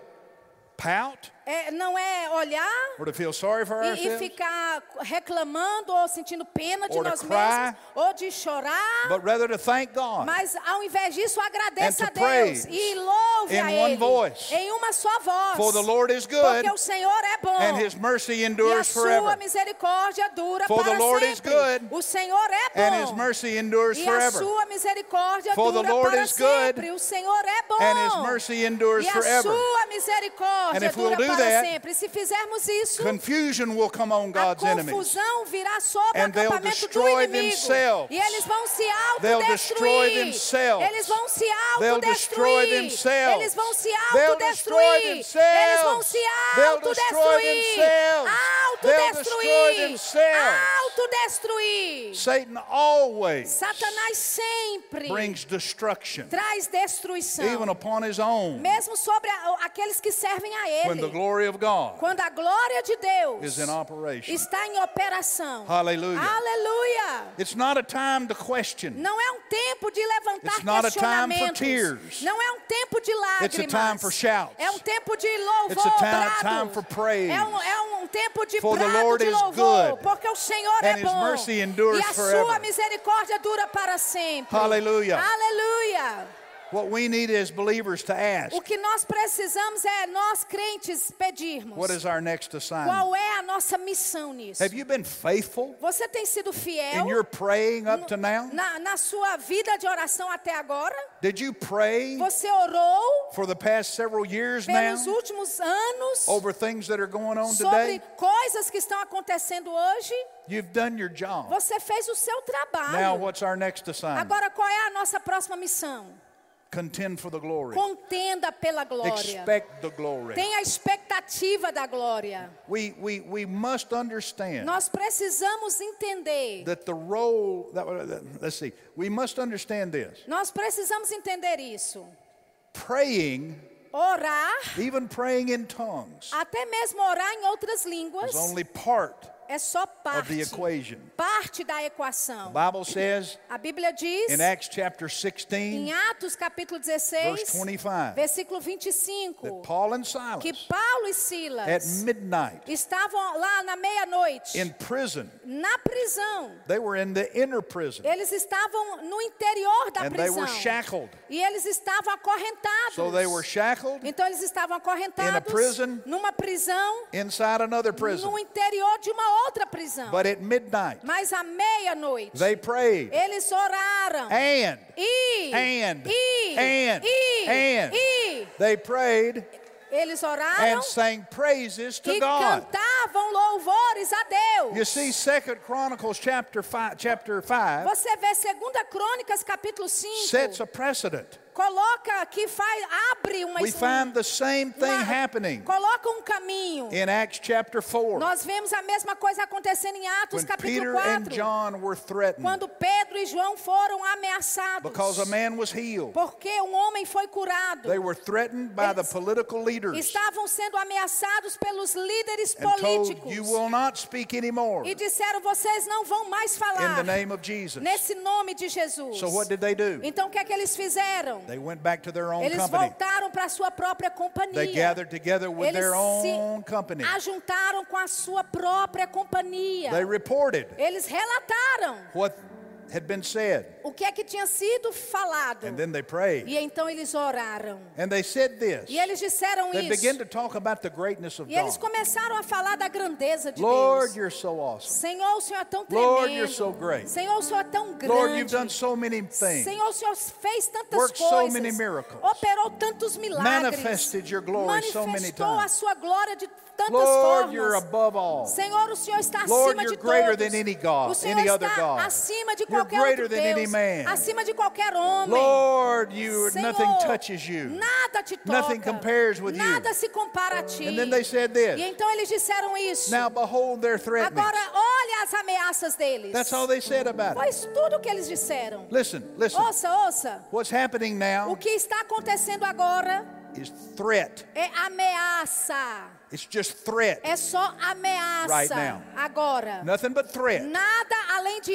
A: pout
B: é- não é olhar
A: or to feel sorry for
B: e, e
A: ourselves,
B: ficar reclamando ou sentindo pena de
A: Or to
B: nós
A: cry.
B: mesmos ou de chorar.
A: but rather to thank God.
B: Mas ao invés disso, agradeça
A: And
B: a
A: to
B: Deus
A: praise
B: e louve
A: in
B: a
A: one
B: Ele
A: voice.
B: em uma só voz.
A: For the Lord is good,
B: porque o Senhor é bom
A: and his mercy
B: e a
A: endures
B: sua
A: forever.
B: misericórdia dura
A: For the
B: para
A: Lord is
B: sempre.
A: good,
B: o Senhor é bom
A: And his mercy endures
B: e a
A: forever.
B: sua misericórdia
A: For the
B: dura
A: Lord
B: para
A: is good,
B: sempre. O Senhor é bom
A: And his mercy endures
B: e a
A: forever.
B: sua
A: And
B: misericórdia
A: if we'll
B: dura
A: do
B: para
A: that,
B: sempre. Se fizermos isso,
A: Confusion will come on
B: a
A: God's enemies.
B: confusão virá sobre o
A: And they'll
B: acampamento do
A: destroy
B: inimigo.
A: themselves.
B: E eles vão se
A: They'll destroy
B: autodestruir.
A: themselves.
B: Eles vão se
A: They'll destroy
B: autodestruir.
A: themselves.
B: Eles vão se
A: They'll destroy
B: autodestruir. Eles vão
A: themselves.
B: se
A: They'll destroy
B: autodestruir.
A: themselves. They'll destroy
B: Autodestruir.
A: themselves.
B: Autodestruir.
A: Satan always
B: Satanás sempre
A: brings destruction,
B: traz
A: even
B: destruição.
A: upon his own.
B: Mesmo sobre a- aqueles que servem a
A: When the
B: ele.
A: glory of God
B: Quando a glória de Deus
A: is in operation.
B: está em operação.
A: Hallelujah.
B: Aleluia.
A: It's not a time to question.
B: Não é um tempo de levantar
A: It's not a time for
B: questionamentos.
A: tears.
B: Não é um tempo de lágrimas.
A: time for shouts.
B: É um tempo de louvor,
A: It's a time-
B: brado.
A: time for praise.
B: É um, é um tempo de
A: For the
B: brado
A: Lord
B: de
A: is
B: louvor,
A: good,
B: porque o Senhor
A: and
B: é
A: His
B: bom.
A: mercy endures
B: e a sua
A: forever.
B: misericórdia dura para sempre.
A: Hallelujah.
B: Aleluia.
A: What we need as believers to ask
B: O que nós precisamos é nós crentes pedirmos.
A: what is our next assignment?
B: Qual é a nossa missão nisso?
A: Have you been faithful
B: Você tem sido fiel
A: in your praying up to now?
B: na, na sua vida de oração até agora?
A: Did you pray
B: Você orou
A: for the past several years now
B: pelos últimos anos
A: é um over things that are going on
B: sobre
A: today?
B: coisas que estão acontecendo hoje?
A: You've done your job.
B: Você fez o seu
A: Now,
B: trabalho.
A: what's our next assignment?
B: Agora, qual é a nossa próxima missão?
A: Contend for the glory.
B: Contenda pela glória.
A: Expect the glory.
B: Tenha a expectativa da glória.
A: We, we, we must understand
B: Nós precisamos entender.
A: that the role, that, that- let's see, we must understand this.
B: Nós precisamos entender isso.
A: Praying,
B: Orar,
A: even praying in tongues,
B: até mesmo orar em outras línguas,
A: is only part
B: é só
A: of the
B: parte.
A: equation.
B: Parte da
A: The
B: equação.
A: Bible says
B: A Bíblia diz
A: in Acts chapter
B: em
A: 16,
B: Atos capítulo 16,
A: verse 25,
B: versículo
A: that
B: 25,
A: Paul and
B: que
A: Silas
B: Paulo e
A: at
B: Silas
A: midnight
B: estavam lá na meia-noite,
A: in prison,
B: na prisão.
A: they were in the inner prison
B: Eles estavam no interior da
A: and they were
B: prisão.
A: shackled.
B: E eles estavam acorrentados.
A: So they were shackled
B: Então eles estavam acorrentados
A: prison.
B: numa prisão
A: inside another prison.
B: no interior de uma outra prisão.
A: But at midnight,
B: Mas à meia-noite
A: they prayed
B: eles oraram.
A: and
B: e
A: and
B: e
A: and
B: e
A: and
B: e
A: they prayed
B: eles oraram
A: and sang praises to
B: e
A: God.
B: cantavam louvores a Deus.
A: You see, Second Chronicles chapter five, chapter five
B: Você vê 2 Crônicas capítulo 5,
A: sets a precedent.
B: coloca que faz abre uma
A: We find the same thing
B: uma-
A: happening
B: Coloca um caminho.
A: in Acts chapter four
B: Nós vemos a mesma coisa acontecendo em Atos
A: when
B: capítulo
A: Peter and
B: 4,
A: John were threatened
B: quando Pedro e João foram ameaçados.
A: because a man was healed.
B: Porque um homem foi curado.
A: They were threatened by the
B: Eles
A: political leaders
B: Estavam sendo ameaçados pelos líderes
A: and told, "You
B: políticos.
A: will not speak anymore
B: E
A: in
B: disseram: vocês não vão mais
A: the
B: falar
A: name of Jesus."
B: nesse nome de Jesus.
A: So what did they do?
B: Então o que é que eles fizeram?
A: They went back to their own
B: Eles
A: company.
B: voltaram para a sua própria
A: They
B: companhia.
A: gathered together with
B: Eles
A: their own company.
B: se ajuntaram com a sua própria companhia.
A: They reported
B: Eles relataram
A: what had been said,
B: o que é que tinha sido falado.
A: and then they prayed.
B: E então eles oraram.
A: And they said this.
B: E eles disseram
A: They
B: isso.
A: began to talk about the greatness of
B: E eles
A: God.
B: começaram a falar da grandeza de
A: Lord,
B: Deus.
A: you're so awesome.
B: Senhor, o Senhor é tão tremendo.
A: Lord, you're so great.
B: Senhor, o Senhor é tão grande.
A: Lord, you've done so many things.
B: Senhor, o Senhor fez tantas
A: Worked so
B: coisas.
A: many miracles.
B: Operou tantos milagres.
A: Manifested your glory so many
B: Manifestou
A: times.
B: a sua glória de tantas
A: Lord,
B: formas.
A: you're above all.
B: Senhor, o Senhor está
A: Lord,
B: acima de
A: you're greater
B: todos.
A: than any God,
B: o Senhor
A: any
B: está
A: other God.
B: acima de
A: You're
B: qualquer
A: greater
B: outro
A: than any
B: Deus,
A: man.
B: acima de qualquer homem.
A: Lord, you
B: Senhor,
A: nothing touches you.
B: Nada te toca.
A: Nothing compares with you.
B: nada se compara a ti.
A: And then they said
B: e
A: this.
B: então eles disseram isso.
A: Now behold their threatenings.
B: Agora olha as ameaças deles.
A: That's all they said about it.
B: Pois tudo o que eles disseram.
A: Listen, listen.
B: Ouça, ouça.
A: What's happening
B: O
A: now
B: que está acontecendo agora
A: is threat.
B: é ameaça.
A: It's just threat.
B: É só ameaça
A: Right now.
B: agora.
A: Nothing but threat.
B: Nada além de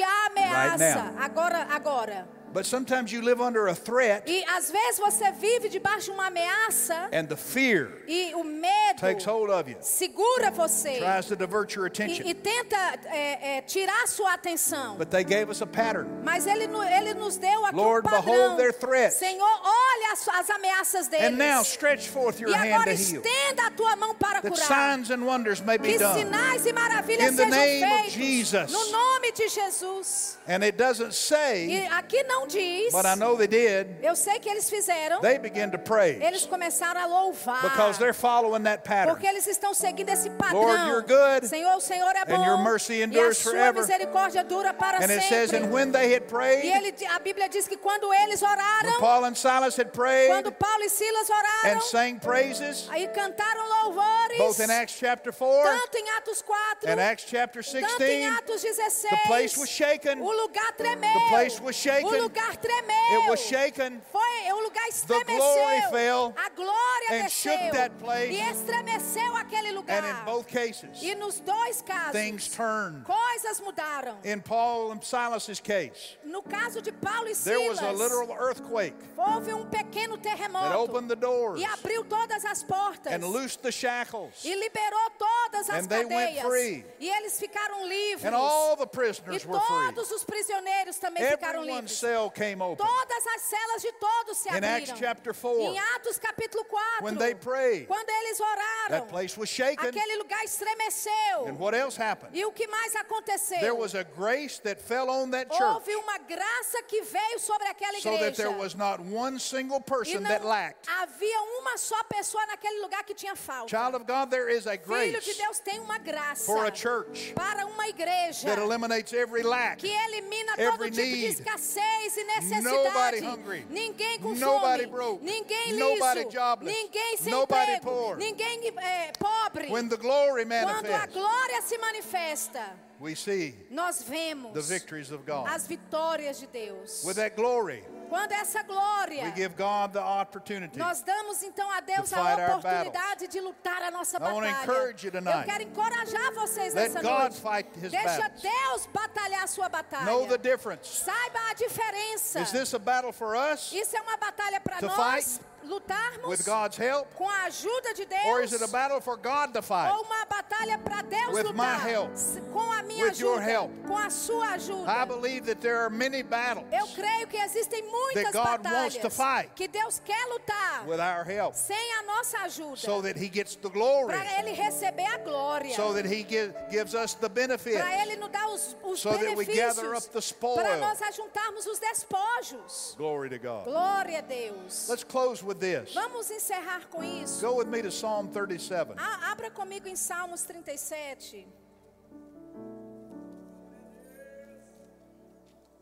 A: Right
B: ameaça.
A: now.
B: Agora, agora.
A: But sometimes you live under a threat
B: E às vezes você vive debaixo de uma ameaça
A: and the fear
B: e o medo
A: takes hold of you,
B: segura você
A: tries to divert your
B: e, e
A: attention.
B: tenta é, é, tirar sua atenção.
A: But they gave us a pattern.
B: Mas ele, no- ele nos deu aqui
A: Lord,
B: um padrão.
A: behold their threats.
B: Senhor, olha as, as ameaças deles.
A: And now stretch forth
B: e
A: your hand
B: agora
A: to heal,
B: estenda a tua mão para
A: that
B: curar.
A: signs and wonders may be
B: Que
A: done.
B: sinais e maravilhas
A: Então, In the
B: sejam
A: name of
B: feitos.
A: Jesus.
B: No nome de Jesus.
A: And it doesn't
B: E
A: say,
B: aqui não diz.
A: but I know they did.
B: Eu sei que eles fizeram.
A: They begin to praise
B: Eles começaram a louvar.
A: because they're following that pattern.
B: Ah. Porque eles estão seguindo esse padrão.
A: Lord, you're good,
B: Senhor, o Senhor é bom.
A: your mercy
B: e a
A: endures
B: sua
A: forever.
B: misericórdia dura para
A: And it
B: sempre.
A: says, and when they had
B: e
A: prayed,
B: ele, di- a Bíblia diz que quando eles oraram,
A: when Paul and Silas had prayed
B: quando Paulo e Silas
A: and
B: oraram,
A: sang praises,
B: aí cantaram louvores,
A: both in Acts chapter 4
B: tanto em Atos 4,
A: and Acts chapter
B: tanto em
A: 16,
B: Atos 16,
A: place was shaken.
B: o lugar tremeu,
A: The place was shaken.
B: o lugar lugar tremeu.
A: It was shaken.
B: Foi, o lugar estremeceu.
A: glory fell
B: a glória
A: and
B: desceu.
A: shook that place.
B: E estremeceu aquele lugar.
A: And in both cases,
B: e nos dois casos,
A: things turned.
B: coisas mudaram.
A: In Paul and Silas's case,
B: no caso de Paulo e
A: there was
B: Silas,
A: a literal earthquake
B: houve um pequeno terremoto.
A: that opened the doors
B: e abriu todas as portas.
A: and loosed the shackles.
B: e liberou todas as
A: And they went
B: cadeias.
A: free.
B: E eles ficaram livres.
A: And all the
B: e
A: prisoners were free.
B: todos os prisioneiros também ficaram
A: Everyone's
B: livres.
A: cell came open.
B: Todas as celas de todos se
A: In
B: abriram.
A: Acts chapter 4,
B: em Atos capítulo 4,
A: when they prayed,
B: quando eles oraram,
A: That place was shaken.
B: aquele lugar estremeceu.
A: And what else happened?
B: e o que mais aconteceu?
A: There was a grace that fell on that
B: Oh,
A: church
B: Houve uma graça que veio sobre aquela
A: so
B: igreja.
A: that there was not one single
B: e
A: person
B: não
A: that lacked.
B: havia uma só pessoa naquele lugar que tinha falta.
A: Child of God, there is a
B: Filho de
A: grace
B: Deus tem uma graça
A: for a church
B: para uma igreja
A: that eliminates every lack.
B: que elimina todo
A: every
B: tipo de
A: need.
B: escassez e necessidade.
A: Nobody hungry.
B: Ninguém com
A: Nobody
B: fome.
A: broke.
B: Ninguém
A: Nobody
B: liso.
A: jobless.
B: Ninguém sem
A: Nobody
B: emprego.
A: poor.
B: Ninguém eh, pobre.
A: When the glory
B: Quando a
A: manifests,
B: glória se manifesta,
A: we see
B: nós vemos
A: the victories of God.
B: as vitórias de Deus.
A: With that glory,
B: Quando essa glória,
A: we give God the opportunity.
B: nós damos então a Deus
A: to
B: a
A: fight our
B: oportunidade de lutar a nossa
A: I wanna
B: batalha.
A: encourage you tonight.
B: Eu quero encorajar vocês
A: Let
B: nessa
A: God
B: noite.
A: fight his
B: Deixa
A: battles.
B: Deus batalhar a sua batalha.
A: Know the difference.
B: Saiba a diferença.
A: Is this a battle for us
B: Isso é uma batalha para
A: to
B: nós
A: fight
B: lutarmos
A: with God's help,
B: com a ajuda de
A: or is it a
B: Deus
A: battle for God to fight?
B: ou uma batalha para Deus
A: With
B: lutar
A: my help.
B: s- com a minha
A: With your
B: ajuda,
A: help.
B: com a sua ajuda.
A: I believe that there are many battles
B: Eu creio que existem muitas
A: God
B: batalhas
A: wants to fight.
B: que Deus quer lutar
A: with our help
B: sem a nossa ajuda
A: so that He gets the glory,
B: para Ele receber a glória.
A: so that He gi- gives us the benefit.
B: para Ele nos dar os, os
A: So that we
B: benefícios,
A: gather up the spoil.
B: para nós ajuntarmos os despojos.
A: Glory to God.
B: Glória a Deus.
A: Let's close with this.
B: Vamos encerrar com isso.
A: Go with me to Psalm 37.
B: A- Ah, abra comigo em Salmos 37.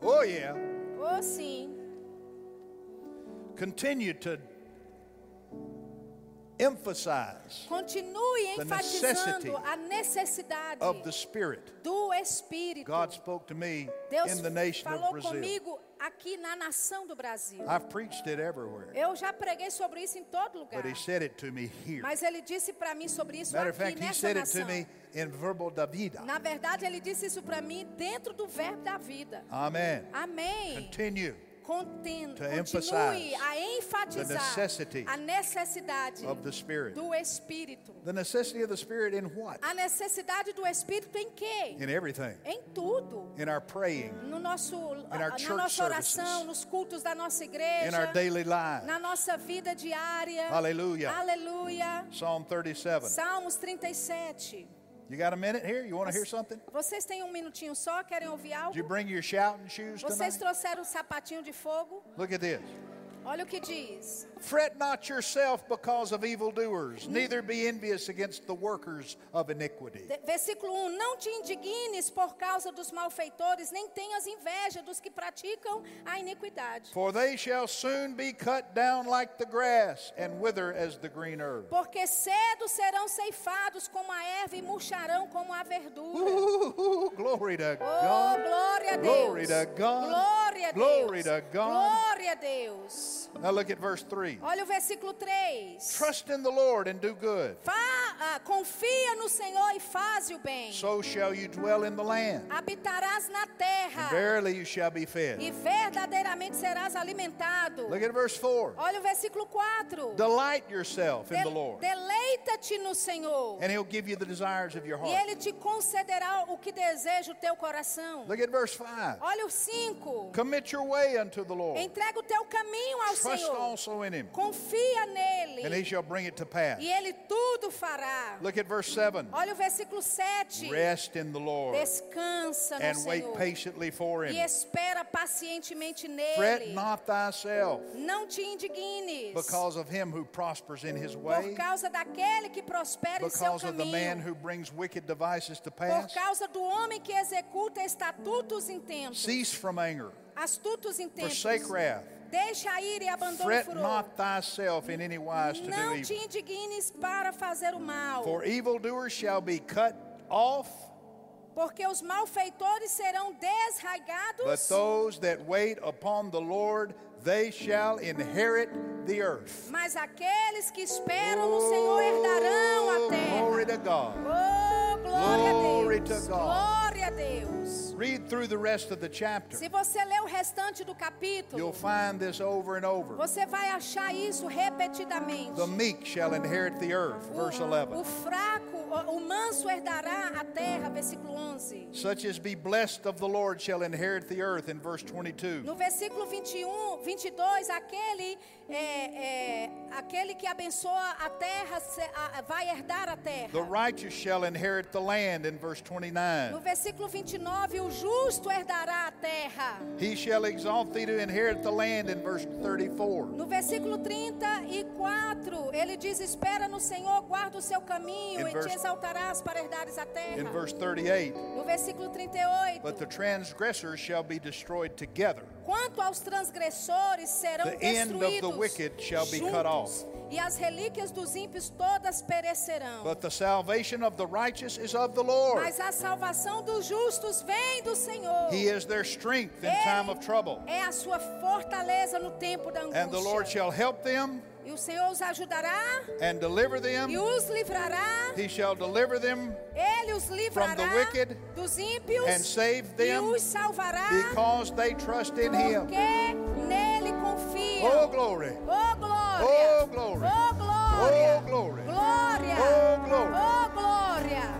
A: Oh, yeah.
B: Oh, sim.
A: Continue to emphasize
B: Continue
A: The
B: enfatizando
A: necessity
B: a necessidade
A: of the Spirit.
B: do Espírito.
A: God spoke to me
B: Deus
A: in the nation
B: falou
A: of Brazil. Ah.
B: comigo aqui na nação do Brasil.
A: I've preached it everywhere,
B: Eu já preguei sobre isso em todo lugar.
A: but He said it to me here.
B: Mas ele disse para mim sobre isso
A: Matter
B: aqui
A: of fact, He
B: nessa
A: said it to
B: nação.
A: me in Verbo da Vida.
B: Na verdade, ele disse isso para mim dentro do verbo da vida.
A: Amen.
B: Amém.
A: Continue
B: Conten-
A: Ah. to
B: Continue
A: emphasize
B: a enfatizar
A: the necessity
B: a necessidade
A: of the Spirit.
B: do Espírito.
A: The necessity of the Spirit in what?
B: A necessidade do Espírito em quê?
A: In everything.
B: Em tudo.
A: In our praying,
B: No nosso,
A: our
B: na
A: church
B: nossa oração,
A: services.
B: nos cultos da nossa
A: in our
B: igreja,
A: daily life.
B: na nossa vida diária.
A: Aleluia.
B: Aleluia.
A: Psalm 37.
B: Salmos 37.
A: You got a minute here? You want to hear something?
B: Vocês têm um minutinho só? Querem ouvir
A: Did you
B: algo?
A: bring your shouting shoes
B: Vocês
A: tonight?
B: trouxeram o sapatinho de fogo?
A: Look at this.
B: Olha o que diz.
A: Fret not yourself because of evildoers, neither be envious against the workers of iniquity.
B: De- Versículo 1: Não te indignes por causa dos malfeitores, nem tenhas inveja dos que praticam a iniquidade.
A: For they shall soon be cut down like the grass and wither as the green herb.
B: Porque cedo serão ceifados como a erva e murcharão como a verdura.
A: Ooh, glory to
B: Oh,
A: God.
B: glória a
A: Glory
B: Deus.
A: to God.
B: Glória a
A: Glory
B: Deus.
A: to God.
B: Glória a Deus.
A: Now look at verse 3.
B: Olha o versículo 3.
A: Trust in the Lord and do good.
B: Fa- ah, confia no Senhor e faz o bem.
A: So shall you dwell in the land.
B: Habitarás na
A: And
B: terra
A: verily you shall be
B: e
A: fed.
B: verdadeiramente serás alimentado.
A: Look at verse 4.
B: Olha o versículo 4.
A: Delight yourself in
B: De-
A: the Lord,
B: Deleita-te no Senhor
A: and He'll give you the desires of your
B: e
A: heart.
B: Ele te concederá o que deseja o teu coração.
A: Look at verse 5.
B: Olha o 5.
A: Commit your way unto the Lord.
B: Entrega o teu caminho ao
A: Trust
B: Senhor.
A: also in Him,
B: Confia
A: and He
B: nele
A: shall bring it to pass.
B: e Ele tudo fará.
A: Look at verse 7.
B: Olha o versículo 7.
A: Rest in the Lord
B: Descansa no
A: and wait
B: Senhor
A: patiently for
B: e
A: Him.
B: espera pacientemente
A: Fret
B: nele.
A: not thyself
B: Não te indignes
A: because of him who prospers in his
B: por
A: way,
B: causa daquele que prospera em seu
A: because of the man
B: caminho,
A: who brings wicked devices to
B: por
A: pass.
B: causa do homem que executa estatutos intentos,
A: Cease from anger,
B: astutos intentos.
A: forsake wrath.
B: Deixa ir e abandona o
A: Fret
B: furor.
A: not thyself in any wise to do
B: Não te
A: evil.
B: indignes para fazer o mal,
A: For evildoers shall be cut off
B: Porque os malfeitores serão
A: But
B: desraigados,
A: those that wait upon the Lord, they shall inherit the earth.
B: mas aqueles que esperam no Senhor herdarão a terra.
A: Oh, glory to God.
B: Oh, glória
A: Glory
B: a
A: to
B: Deus!
A: God.
B: Glória a Deus!
A: Read through the rest of the chapter.
B: Se você ler o restante do
A: You'll
B: capítulo,
A: find this over and over.
B: você vai achar isso repetidamente.
A: The meek shall inherit the earth, verse
B: O,
A: 11.
B: o fraco, o, o manso herdará a terra, versículo 11.
A: Such as be blessed of the Lord shall inherit the earth, in verse 22.
B: No versículo 21, 22, aquele, é, é, aquele que abençoa a terra se- a- a- vai herdar a
A: The
B: terra.
A: righteous shall inherit the land, in verse
B: No
A: 29.
B: versículo 29, o justo herdará a terra.
A: He shall exalt thee to inherit the land, in verse 34.
B: No versículo 34, ele diz: Espera no Senhor, guarda o seu caminho
A: In
B: e
A: verse-
B: te exaltarás para herdares a
A: In
B: terra.
A: verse 38,
B: No versículo
A: but
B: 38,
A: the transgressors shall be destroyed together.
B: quanto aos transgressores serão
A: The end of the
B: destruídos
A: wicked shall be cut
B: juntos, e as relíquias dos ímpios todas perecerão.
A: But the salvation of the righteous is of the Lord.
B: Mas a salvação dos justos vem do Senhor.
A: He is their strength in
B: Ele
A: time of trouble.
B: É a sua fortaleza no tempo da angústia.
A: And the Lord shall help them
B: E o Senhor os ajudará
A: and deliver
B: e
A: them.
B: os livrará.
A: He shall deliver them
B: Ele os livrará
A: the wicked
B: dos ímpios
A: and save
B: e
A: them
B: os salvará
A: because they trust in Him.
B: porque nele confiam.
A: Oh, glory.
B: Oh, glória!
A: Oh, glory.
B: Oh, glória!
A: Oh, glory.
B: Glória!
A: Oh, glory.
B: Oh, glória!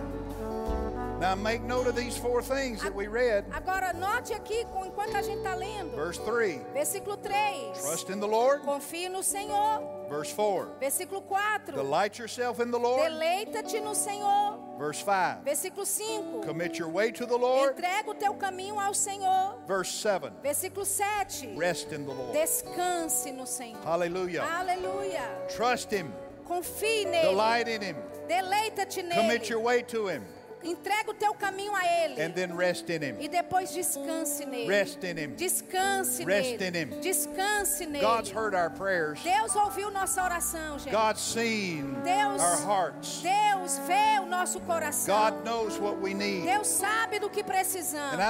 A: Now make note of these four things that we read.
B: Agora note aqui, com- enquanto a gente está lendo,
A: Verse 3
B: versículo 3.
A: Trust in the Lord.
B: Confie no Senhor.
A: Verse 4
B: Versículo 4.
A: Delight yourself in the Lord.
B: Deleita-te no Senhor.
A: Verse 5
B: Versículo 5.
A: Commit your way to the Lord.
B: Entrega o teu caminho ao Senhor.
A: Verse 7
B: Versículo 7.
A: Rest in the Lord.
B: Descanse no Senhor. Ah.
A: Hallelujah.
B: Aleluia.
A: Trust Him.
B: Confie nele.
A: Delight in Him.
B: Deleita-te
A: Commit
B: nele.
A: your way to Him.
B: Entrega o teu caminho a
A: And
B: ele.
A: then rest in Him.
B: E depois descanse nele.
A: Rest in Him.
B: Descanse
A: Rest in
B: nele.
A: him.
B: Descanse
A: God's
B: nele.
A: heard our prayers.
B: Deus ouviu nossa oração, gente.
A: God's seen
B: Deus-
A: our hearts.
B: Deus vê o nosso coração.
A: God knows what we need.
B: Deus sabe do que
A: And I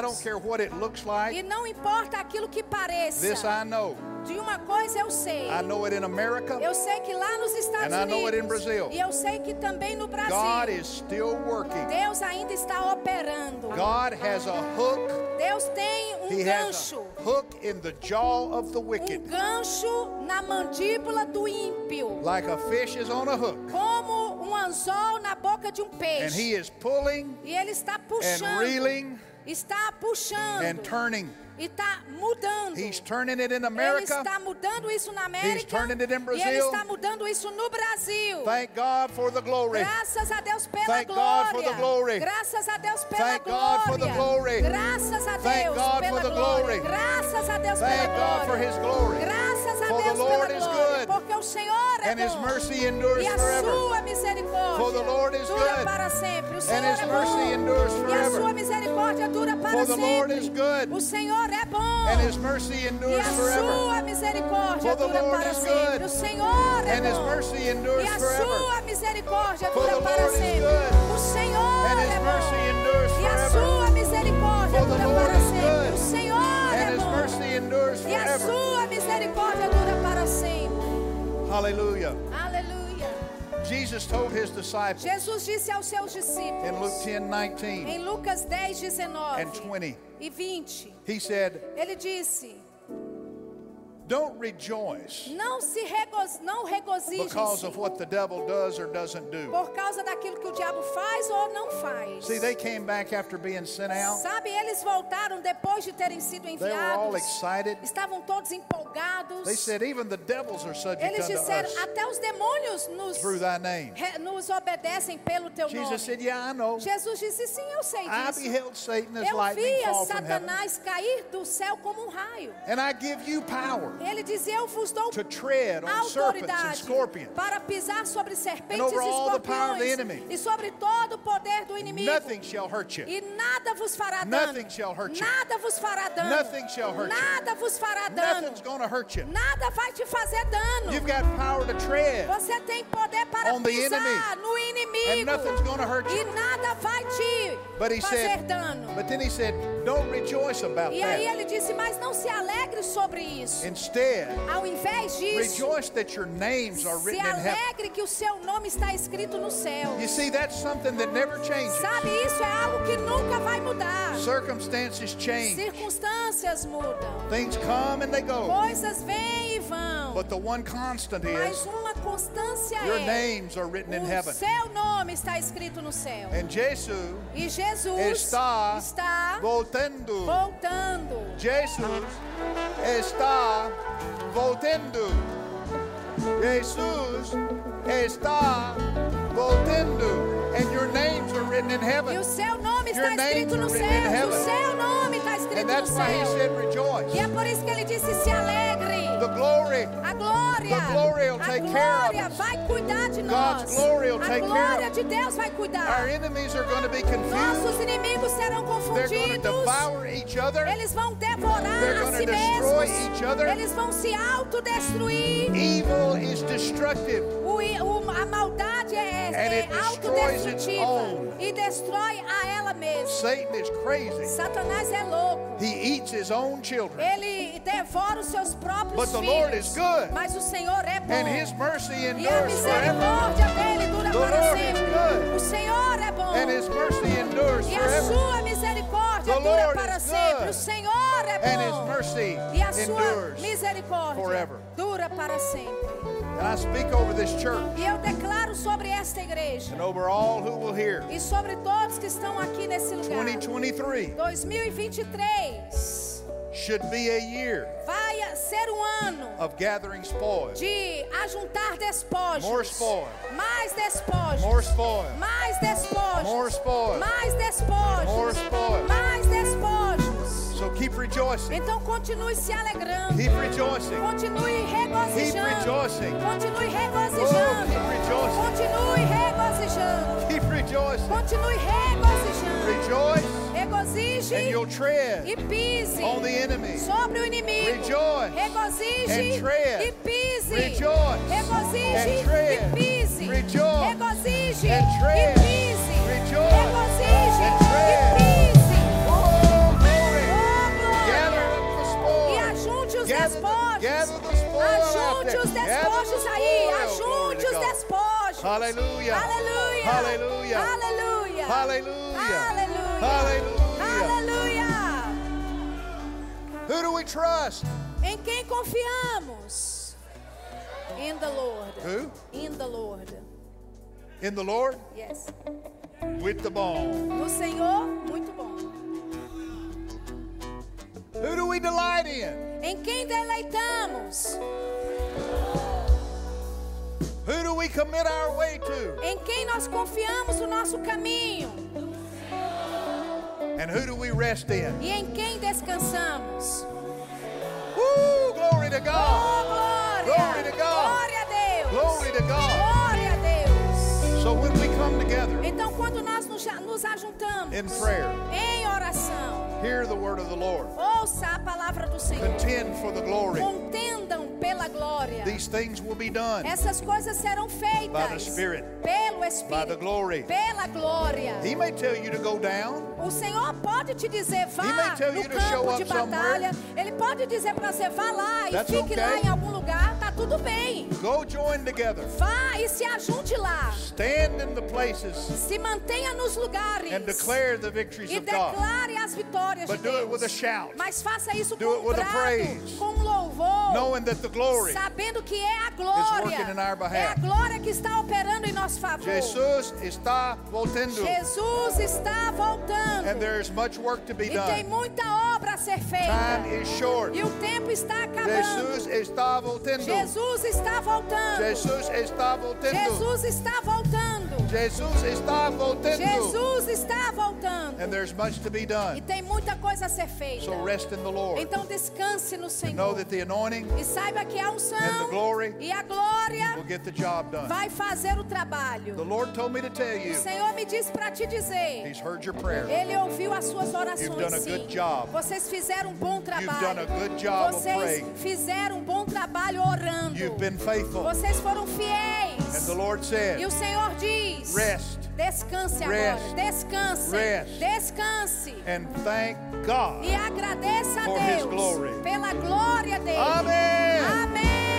A: don't
B: precisamos.
A: care what it looks
B: E
A: like.
B: não importa aquilo que
A: This
B: pareça.
A: I know.
B: De uma coisa eu sei.
A: I know it in America.
B: Eu sei que lá nos Estados
A: And I know it in
B: Unidos.
A: Brazil.
B: E eu sei que também no
A: God
B: Brasil.
A: is still working.
B: Deus ainda está operando.
A: God has a hook.
B: Deus tem um
A: He has
B: gancho.
A: a hook in the jaw of the
B: Um
A: wicked.
B: gancho na mandíbula do ímpio.
A: Like a fish is on a hook.
B: Como um anzol na boca de um
A: And he
B: peixe.
A: is pulling
B: E ele está
A: and
B: puxando.
A: reeling
B: Está puxando.
A: and turning.
B: E está mudando.
A: He's turning it in
B: Ele
A: America.
B: está mudando isso na América.
A: turning it in
B: E ele
A: Brazil.
B: está mudando isso no Brasil.
A: Thank God for the glory.
B: Graças a Deus pela
A: Thank God
B: glória.
A: for the glory.
B: Graças a Deus pela
A: Thank God
B: glória.
A: for the glory.
B: Graças a
A: Thank
B: Deus
A: God
B: pela
A: for the glory.
B: glória. Graças a Deus
A: Thank God
B: pela glória.
A: for his glory.
B: Graças a
A: For the
B: Deus
A: Lord
B: pela
A: is
B: glória.
A: good.
B: Porque o Senhor é
A: And his
B: bom.
A: mercy endures
B: e a
A: forever.
B: sua misericórdia
A: For the Lord is
B: dura
A: good.
B: para sempre. O Senhor
A: his
B: é
A: mercy
B: bom.
A: endures
B: E a
A: forever.
B: sua misericórdia dura para
A: For the
B: sempre.
A: Lord is good.
B: O Senhor é bom.
A: And his mercy
B: e a
A: endures forever.
B: sua misericórdia
A: For the
B: dura
A: Lord
B: para
A: is
B: sempre.
A: good.
B: O Senhor é
A: And his
B: bom.
A: mercy
B: E
A: endures
B: a
A: forever.
B: sua misericórdia
A: For
B: dura
A: the
B: para
A: Lord is
B: sempre.
A: good.
B: O Senhor
A: And his
B: é
A: mercy endures
B: bom. E a
A: forever.
B: sua misericórdia
A: For the
B: dura
A: Lord
B: para
A: is
B: sempre.
A: good.
B: O
A: And
B: Senhor é
A: his
B: bom.
A: mercy endures
B: E a
A: forever.
B: sua misericórdia dura para sempre.
A: Hallelujah.
B: Aleluia.
A: Jesus told his disciples
B: Jesus disse aos seus
A: in Luke
B: discípulos
A: 10 19
B: em Lucas 10,
A: and
B: 19
A: 20,
B: e 20.
A: he said,
B: Ele disse:
A: Don't rejoice
B: Não se rego- não regozijem
A: because of what the devil does or doesn't do.
B: por causa daquilo que o diabo faz ou não faz.
A: See, they came back after being sent out.
B: Sabe, eles voltaram depois de terem sido
A: They were all
B: enviados.
A: excited.
B: Estavam todos empolgados.
A: They said, Even the devils are subject
B: Eles
A: unto
B: disseram:
A: us
B: Até os demônios nos,
A: through thy name.
B: re- nos obedecem pelo teu nome.
A: Jesus said, Yeah, I know.
B: Jesus disse: Sim, eu sei
A: I
B: disso.
A: beheld Satan as
B: Eu
A: lightning
B: via
A: fall from heaven.
B: Satanás cair do céu como um raio.
A: And I give you power
B: Ele dizia: Eu vos dou
A: to tread on serpents and
B: autoridade
A: scorpions.
B: para pisar sobre serpentes
A: over
B: e
A: all the power of the
B: escorpiões
A: enemy.
B: e sobre todo o poder do inimigo.
A: Nothing shall hurt you.
B: E nada vos fará
A: Nothing
B: dano.
A: shall hurt you.
B: Nada vos fará dano.
A: Nothing shall hurt you.
B: Nada vos fará dano.
A: Nothing's going to hurt you.
B: Nada vai te fazer dano.
A: You've got power to tread.
B: Você tem poder para
A: on the
B: pisar
A: enemy.
B: no
A: And
B: inimigo.
A: nothing's going to hurt
B: E
A: you.
B: nada vai te
A: But he
B: fazer
A: said,
B: dano.
A: but then he said, don't rejoice about
B: E aí
A: that.
B: ele disse, mas não se alegre sobre isso.
A: Instead,
B: Ao invés disso,
A: rejoice that your names are
B: se
A: written in heaven.
B: alegre que o seu nome está escrito no céu.
A: You see, that's something that never changes.
B: Sabe, isso é algo que nunca vai mudar.
A: Circumstances change.
B: Circunstâncias mudam.
A: Things come and they go.
B: Coisas vêm e vão.
A: But the one constant
B: Mas
A: is
B: uma constância
A: your
B: é
A: names are written in
B: o
A: heaven.
B: seu nome está escrito no céu.
A: And Jesus
B: E Jesus
A: está
B: está
A: voltando.
B: voltando.
A: Jesus está voltando. Jesus está voltando. And your names are written in
B: E o
A: heaven.
B: seu nome
A: Your
B: está
A: name
B: escrito no
A: is
B: céu.
A: written in
B: E O
A: heaven.
B: seu nome está escrito
A: And
B: no
A: that's why he
B: céu.
A: said rejoice.
B: E é por isso que ele disse: se alegre.
A: The glory
B: A glória,
A: The glory will
B: a
A: take care of
B: glória
A: us.
B: vai cuidar de
A: God's
B: nós.
A: glory will
B: a
A: take care
B: glória
A: of
B: de Deus vai
A: Our
B: cuidar.
A: enemies are going to be confused.
B: Nossos inimigos serão
A: They're going to
B: confundidos.
A: devour each other.
B: Eles vão devorar
A: They're
B: a
A: gonna
B: si
A: destroy
B: mesmos.
A: each other.
B: Eles vão se autodestruir.
A: Evil is destructive.
B: O, i- o- a maldade é,
A: And
B: é
A: it destroys its
B: autodestrutiva
A: own.
B: e destrói a ela mesma.
A: Satan is crazy.
B: Satanás é louco.
A: He eats his own children.
B: Ele devora os seus próprios
A: But the
B: filhos.
A: Lord is good.
B: Mas o Senhor é bom.
A: And his mercy
B: E a
A: endures forever.
B: misericórdia dele dura
A: The
B: para
A: Lord is
B: sempre.
A: good.
B: O Senhor é bom.
A: And his mercy endures
B: E a
A: forever.
B: sua misericórdia
A: The
B: dura
A: Lord
B: para
A: is
B: sempre.
A: good.
B: O Senhor é
A: And his
B: bom.
A: mercy
B: E a sua
A: endures.
B: misericórdia
A: forever.
B: dura para sempre.
A: And I speak over this church
B: E eu declaro sobre esta igreja
A: and over all who will hear.
B: e sobre todos que estão aqui nesse lugar.
A: 2023
B: 2023
A: should be a year
B: vai ser um ano
A: of gathering spoil.
B: de ajuntar despojos.
A: More spoil.
B: Mais despojos.
A: More spoil.
B: Mais despojos.
A: More spoil.
B: Mais despojos.
A: More spoil.
B: Mais despojos.
A: So keep rejoicing.
B: Então continue se alegrando.
A: Keep rejoicing.
B: Continue regozijando.
A: rejoicing.
B: Continue
A: Oh,
B: regozijando.
A: keep rejoicing.
B: Continue regozijando.
A: Keep rejoicing.
B: Continue regozijando.
A: Rejoice and
B: Regozije
A: you'll tread
B: e pise
A: on the enemy.
B: sobre o inimigo.
A: Rejoice
B: Regozije
A: and tread.
B: e pise.
A: Rejoice
B: Regozije
A: and tread.
B: e pise.
A: Rejoice
B: Regozije
A: and
B: e
A: tread.
B: pise.
A: Rejoice
B: Regozije
A: and
B: e
A: tread.
B: pise.
A: Oh, glory.
B: Oh, glória.
A: Gather up the
B: E
A: spoil.
B: ajunte os
A: Gather-
B: despojos.
A: gather the spoil out
B: Ajunte
A: there.
B: os
A: Gather the
B: despojos aí.
A: spoil.
B: Ajunte
A: Glory to
B: os
A: God.
B: despojos.
A: Hallelujah.
B: Aleluia.
A: Hallelujah.
B: Aleluia.
A: Hallelujah.
B: Aleluia.
A: Hallelujah.
B: Aleluia.
A: Who do we trust?
B: Em quem confiamos? In the Lord.
A: Who?
B: In the Lord.
A: In the Lord
B: Yes.
A: with the ball.
B: No Senhor, muito bom.
A: Who do we delight in?
B: Em quem deleitamos?
A: Who do we commit our way to?
B: Em quem nós confiamos o nosso caminho?
A: And who do we rest in?
B: E em quem descansamos?
A: Woo! Glory to
B: Oh, glória!
A: God. Glory to God.
B: Glória a Deus!
A: Glory to God.
B: Glória a Deus!
A: So when we come together,
B: Então, quando nós nos, ja- nos ajuntamos
A: In prayer.
B: em oração,
A: hear the word of the Lord.
B: ouça a palavra do Senhor.
A: Contend for the glory.
B: Contendam pela glória.
A: These things will be done.
B: Essas coisas serão
A: By the
B: feitas
A: Spirit.
B: pelo Espírito,
A: the glory.
B: pela glória.
A: He may tell you to go down.
B: O Senhor pode te dizer, vá
A: He may tell
B: no
A: you to show
B: campo
A: up
B: de batalha. Ele pode dizer para você, vá lá e
A: That's
B: fique lá
A: okay.
B: em algum lugar, tá tudo bem.
A: Go join together.
B: Vá e se ajunte lá.
A: Stand in the places
B: Se mantenha nos lugares.
A: and declare the victories
B: e
A: of God.
B: declare as vitórias
A: But
B: de
A: do it
B: Deus.
A: with a shout.
B: Mas faça isso
A: Do it
B: com um
A: with a
B: brado,
A: praise.
B: com um louvor.
A: Knowing that the glory.
B: Sabendo que é a glória.
A: working in our behalf.
B: É a glória que está operando em nosso favor.
A: Jesus está voltando.
B: Jesus está voltando.
A: And there is much work to be
B: e tem
A: done.
B: muita obra a ser feita.
A: Time is short.
B: E o tempo está acabando.
A: Jesus está voltando.
B: Jesus está voltando.
A: Jesus está voltando.
B: Jesus está voltando.
C: Jesus está voltando.
B: Jesus está voltando.
A: And there's much to be
B: E
A: done.
B: tem muita coisa a ser feita.
A: So rest in the Lord.
B: Então descanse no
A: Know
B: Senhor.
A: that the anointing
B: E saiba que a
A: And
B: unção
A: the glory
B: e a
A: will
B: glória
A: get the job done.
B: vai fazer o
A: The
B: trabalho.
A: Lord told me to tell
B: O
A: you,
B: Senhor me disse para te dizer.
A: He's heard your prayer.
B: Ele ouviu as suas
A: You've done a
B: orações. Sim.
A: good job.
B: Vocês fizeram um bom
A: done a
B: trabalho.
A: good job of praying.
B: Vocês fizeram um bom trabalho orando.
A: You've been faithful.
B: Vocês foram
A: And
B: fiéis.
A: the Lord
B: E o
A: said,
B: Senhor diz:
A: Rest.
B: Descanse
A: Rest.
B: agora. Descanse.
A: Rest.
B: Descanse.
A: and thank God.
B: E agradeça a
A: For his
B: Deus
A: glory.
B: pela glória dele.
A: Amém! Amém!
B: Amém. Amém.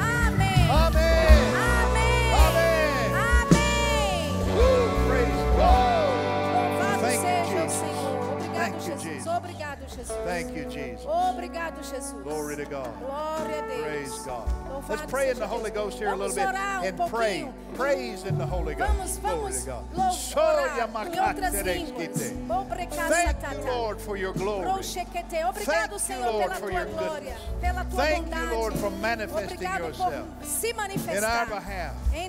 B: Amém.
A: Amém!
B: Amém. Amém.
A: Woo! Praise God!
B: Louvado
A: Thank you,
B: seja o
A: Jesus.
B: Senhor.
A: Thank
B: Obrigado,
A: you,
B: Jesus.
A: Jesus.
B: Obrigado, Jesus.
A: Thank you, Jesus.
B: Obrigado, Jesus.
A: Glory to God.
B: Glória a Deus.
A: Praise God.
B: Louvado
A: Let's pray in
B: seja
A: the Holy
B: Deus.
A: Ghost here a
B: Vamos
A: little bit
B: orar um
A: and pray.
B: pouquinho.
A: Praise in the Holy
B: Vamos,
A: Ghost. Glory
B: vamos
A: to God.
B: louvar
A: Soria
B: em outras
A: makate
B: línguas.
A: reskite. Thank you,
B: Obrecacatá.
A: Lord, for your glory.
B: Proxequete. Obrigado,
A: Thank you,
B: Senhor,
A: Lord,
B: pela
A: for
B: tua
A: your
B: glória,
A: goodness.
B: pela tua
A: Thank you,
B: bondade.
A: Lord, for manifesting
B: Obrigado
A: yourself
B: por se manifestar
A: in our behalf.
B: em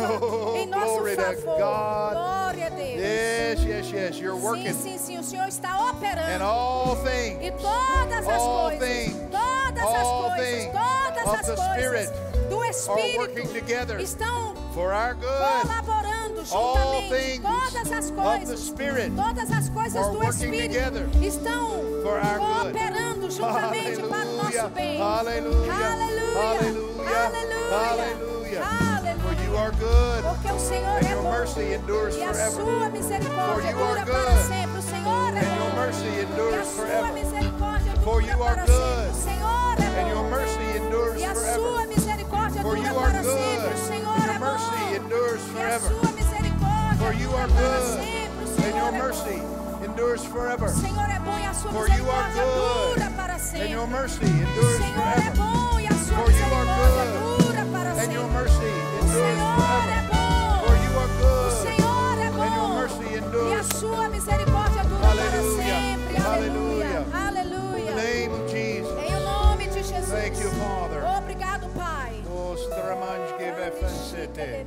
A: [laughs] Oh,
B: em nosso
A: glory to
B: favor.
A: God.
B: Glória a Deus.
A: Yes, yes, yes. You're
B: sim,
A: working
B: sim, sim. O Senhor está operando.
A: in all
B: E
A: things
B: todas as
A: All
B: coisas,
A: things,
B: todas
A: all
B: as coisas,
A: things of
B: todas
A: the
B: as coisas do
A: are working
B: Espírito
A: together
B: estão
A: for our good.
B: colaborando
A: All
B: juntamente.
A: things
B: Todas as
A: of the
B: coisas,
A: Spirit
B: todas as coisas
A: are
B: do
A: working
B: Espírito
A: together
B: estão
A: for our good.
B: cooperando juntamente para o nosso bem.
A: Hallelujah.
B: Aleluia,
A: Hallelujah.
B: aleluia,
A: For you
B: aleluia.
A: are good.
B: Porque o Senhor
A: And
B: é
A: your mercy
B: bom.
A: endures
B: E a
A: forever.
B: sua misericórdia
A: For you are
B: dura para
A: good.
B: sempre. O Senhor é
A: And your
B: bom.
A: mercy
B: E a
A: endures
B: sua
A: forever.
B: misericórdia
A: For
B: dura
A: you are
B: para
A: good.
B: sempre. O Senhor
A: And
B: é
A: your
B: bom.
A: mercy endures
B: E a sua
A: forever.
B: misericórdia
A: For
B: dura
A: you are
B: para
A: good.
B: sempre. O
A: And
B: Senhor
A: your
B: é
A: mercy
B: bom.
A: endures
B: E a
A: forever.
B: sua misericórdia
A: For you
B: dura
A: are
B: para
A: good.
B: sempre. O
A: And your
B: Senhor é
A: mercy
B: bom.
A: endures forever.
B: O Senhor é bom e a sua
A: For you are
B: misericórdia
A: good.
B: dura para
A: And
B: sempre.
A: your
B: O
A: mercy endures
B: Senhor é
A: forever.
B: bom e a sua
A: For you are
B: misericórdia
A: good.
B: dura para
A: And
B: sempre.
A: your mercy
B: O
A: endures
B: Senhor é
A: forever.
B: bom.
A: For you are
B: O
A: good.
B: Senhor é
A: And your
B: bom.
A: mercy
B: E a
A: endures.
B: sua misericórdia dura para
A: Aleluia.
B: sempre.
A: Aleluia.
B: Aleluia.
A: In the
B: Aleluia.
A: name of Jesus.
B: Em nome de Jesus.
A: Thank you, Father.
B: Obrigado, Pai.
A: Os tramangi vefensete.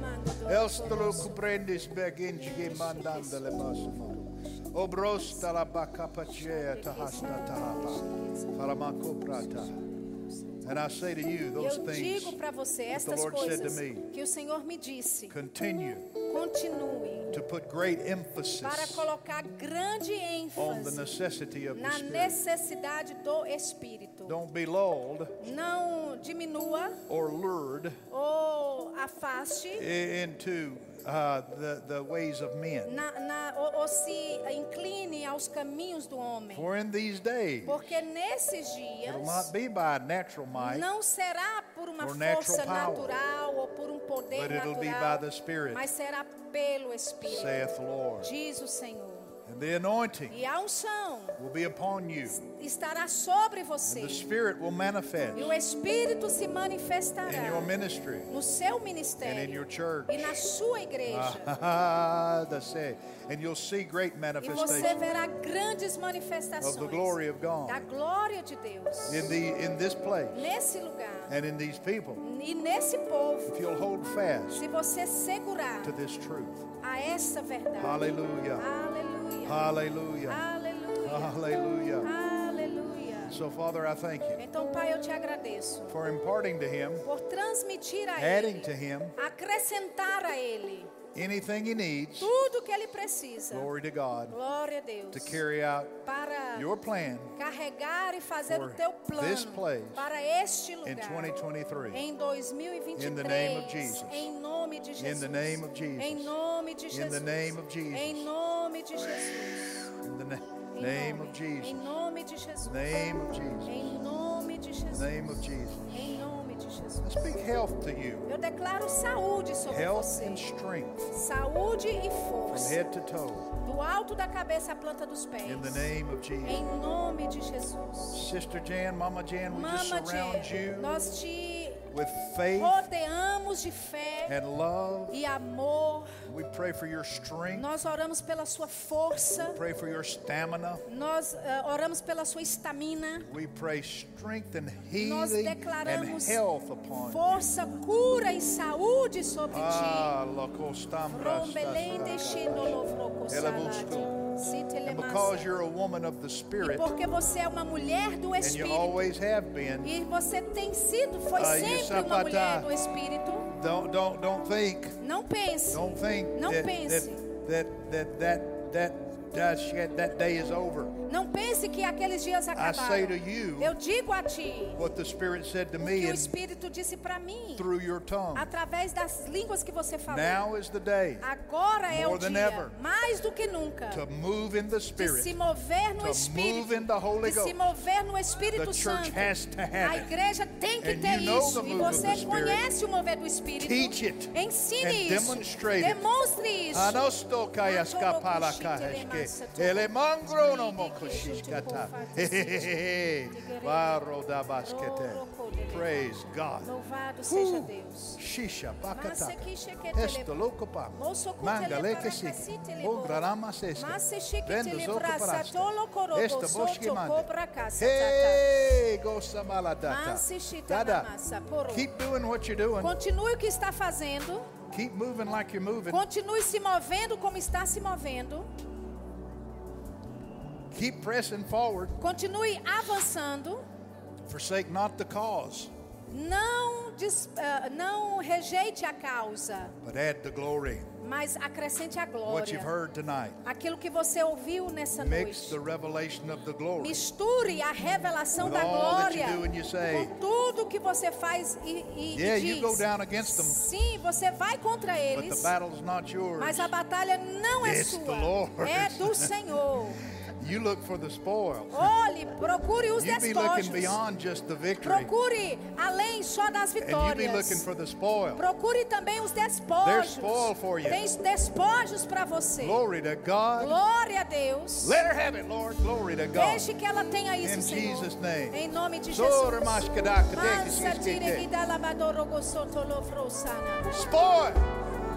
A: Elstolo cuprendis begingi mandandele basmo. Obrosta la bacapacea tahasta tahapa. Faramaco prata. And I say to you,
B: E
A: those
B: Eu
A: things
B: digo para você estas
A: Lord said
B: coisas
A: to me.
B: que o Senhor me disse.
A: continue
B: Continue
A: to put great
B: para
A: emphasis
B: colocar grande
A: on the
B: ênfase
A: necessity of the
B: na
A: Spirit.
B: necessidade do Espírito.
A: Don't be lulled
B: Não diminua
A: or lured
B: ou afaste
A: i- into uh, the, the ways of men.
B: na, na, ou, ou se incline aos caminhos do homem.
A: For in these days,
B: Porque nesses
A: It'll
B: dias
A: not be by natural might,
B: não será por uma
A: or natural
B: força
A: power,
B: natural ou por um poder
A: but it'll be by
B: natural,
A: the Spirit,
B: mas será pelo Espírito,
A: saith the Lord.
B: diz o Senhor.
A: And the anointing
B: E a unção
A: will be upon you,
B: estará sobre
A: and
B: você.
A: the Spirit will manifest
B: E o Espírito se
A: in your
B: manifestará
A: ministry
B: no seu
A: and in your
B: ministério
A: church.
B: e na sua igreja.
A: [laughs] Ah, that's it. And you'll see great
B: E você
A: manifestation
B: verá grandes
A: of
B: manifestações
A: the glory of
B: da
A: God
B: glória de Deus
A: in, the, in this place
B: nesse lugar
A: and in these people
B: e nesse povo.
A: if you'll hold fast
B: Se você segurar
A: to this truth.
B: a essa verdade.
A: Hallelujah.
B: Aleluia.
A: Hallelujah.
B: Aleluia.
A: Hallelujah.
B: Aleluia.
A: So, Father, I thank you
B: Então, Pai, eu te agradeço
A: for imparting to him,
B: por transmitir a
A: adding
B: ele,
A: to him,
B: acrescentar a ele
A: anything he needs.
B: tudo que ele precisa.
A: Glory to God
B: Glória a Deus.
A: to carry out
B: Para
A: your plan
B: carregar e fazer
A: for
B: o teu
A: this
B: plano
A: place
B: para este
A: in
B: lugar.
A: 2023.
B: Em 2023,
A: In the name of Jesus.
B: em nome de Jesus,
A: In the name of Jesus.
B: em nome de Jesus,
A: In the name of Jesus.
B: em nome de Jesus,
A: In the na-
B: em
A: name
B: nome,
A: of
B: em
A: Jesus.
B: nome de Jesus,
A: Name of Jesus.
B: em nome de Jesus,
A: Name of Jesus.
B: em nome de Jesus.
A: I speak health to you.
B: Eu declaro saúde sobre
A: Health
B: você,
A: and strength
B: saúde e
A: from
B: força,
A: head to toe.
B: do alto da cabeça à planta dos pés,
A: In the name of Jesus.
B: em nome de Jesus.
A: Sister Jan, Mama Jan, we just
B: Mama
A: surround
B: Jen,
A: you
B: nós te
A: with faith
B: rodeamos de fé
A: and love
B: e amor
A: We pray for your strength.
B: Nós oramos pela sua força.
A: Pray for your stamina.
B: Nós eh, oramos pela sua estamina.
A: We pray strength and
B: Nós
A: healing and
B: declaramos
A: health upon you.
B: força, cura e saúde sobre ti.
A: Ah, locostambras-
B: Rombelente shendolovroco
A: Ela
B: salade.
A: buscou.
B: Sitelemassa.
A: And because you're a woman of the
B: assim. E
A: Spirit,
B: porque você é uma mulher do
A: and you
B: Espírito.
A: always have been,
B: E você tem sido, foi
A: Ah,
B: sempre
A: Yusapata.
B: uma mulher do Espírito.
A: don't don't don't think,
B: Não pense.
A: don't think
B: Não
A: that,
B: pense.
A: that that that that that that that day is over.
B: Não pense que aqueles dias acabaram.
A: say to you,
B: Eu digo a ti
A: What the Spirit said to
B: o que
A: me
B: o
A: and
B: Espírito disse para mim.
A: through your tongue.
B: Através das línguas que você falou.
A: Now is the day
B: Agora é o
A: More than
B: dia,
A: ever.
B: mais do que nunca,
A: to move in the
B: de se
A: Spirit.
B: mover
A: to
B: no Espírito,
A: move in the Holy
B: de
A: Ghost.
B: se mover no Espírito
A: The church
B: Santo.
A: has to have
B: A
A: it.
B: igreja tem que
A: And
B: ter
A: you know
B: isso.
A: the
B: E
A: move of the
B: você
A: Spirit.
B: conhece o mover do Espírito.
A: Teach it and
B: Ensine isso.
A: demonstrate it.
B: Demonstre isso.
A: Anosto kayaska pala kaheshke. Elemangro no mokushishkata. Hehehehe. Varo da baskete. Praise God.
B: Louvado seja
A: Uh.
B: Deus.
A: Shisha
B: Massa
A: bakata.
B: que chequetele-
A: Esto loco pa.
B: Moço com
A: Mangaleke
B: teleparacasi
A: siki.
B: telebo.
A: Mongrarama seske.
B: Massa chique
A: Vendo zoco
B: telebraça,
A: paraste.
B: tolo corobo,
A: Esta boshki
B: soto cobra
A: mande.
B: caça,
A: Hey, gosa maladata.
B: Mansi shita
A: Dada,
B: namasa, poro.
A: keep doing what you're doing.
B: Continue o que está fazendo.
A: Keep moving like you're moving.
B: Continue se movendo como está se movendo.
A: Keep pressing forward.
B: Continue avançando.
A: Forsake not the cause,
B: Não, des- ah, não rejeite a causa,
A: but add the glory.
B: mas acrescente a
A: What you've
B: glória.
A: heard tonight.
B: Aquilo que você ouviu nessa
A: Mix
B: noite.
A: the revelation of the glory
B: Misture a revelação
A: With
B: da
A: all that you
B: glória
A: do and you say.
B: com tudo que você faz e, e,
A: Yeah,
B: e
A: you
B: diz.
A: go down against them.
B: Sim, você vai contra
A: But the
B: eles,
A: battle's not yours.
B: mas a batalha não é
A: It's the
B: sua,
A: Lord's.
B: é do Senhor.
A: You look for the spoil.
B: Olhe, procure os
A: You be looking
B: despojos.
A: beyond just the victory.
B: Procure além só das
A: And you be looking
B: vitórias.
A: for the spoil.
B: Procure também os
A: There's spoil
B: despojos.
A: for you.
B: Tem despojos para você.
A: Glory to God.
B: Glória a Deus.
A: Let her have it, Lord. Glory to God.
B: Deixe que ela tenha isso,
A: In
B: Senhor.
A: Jesus' name.
B: Em nome de
A: Sora
B: Jesus.
A: maskadakadeki
B: Mansa
A: siskeke.
B: direguidalabadorogosotolofrosana.
A: Spoil.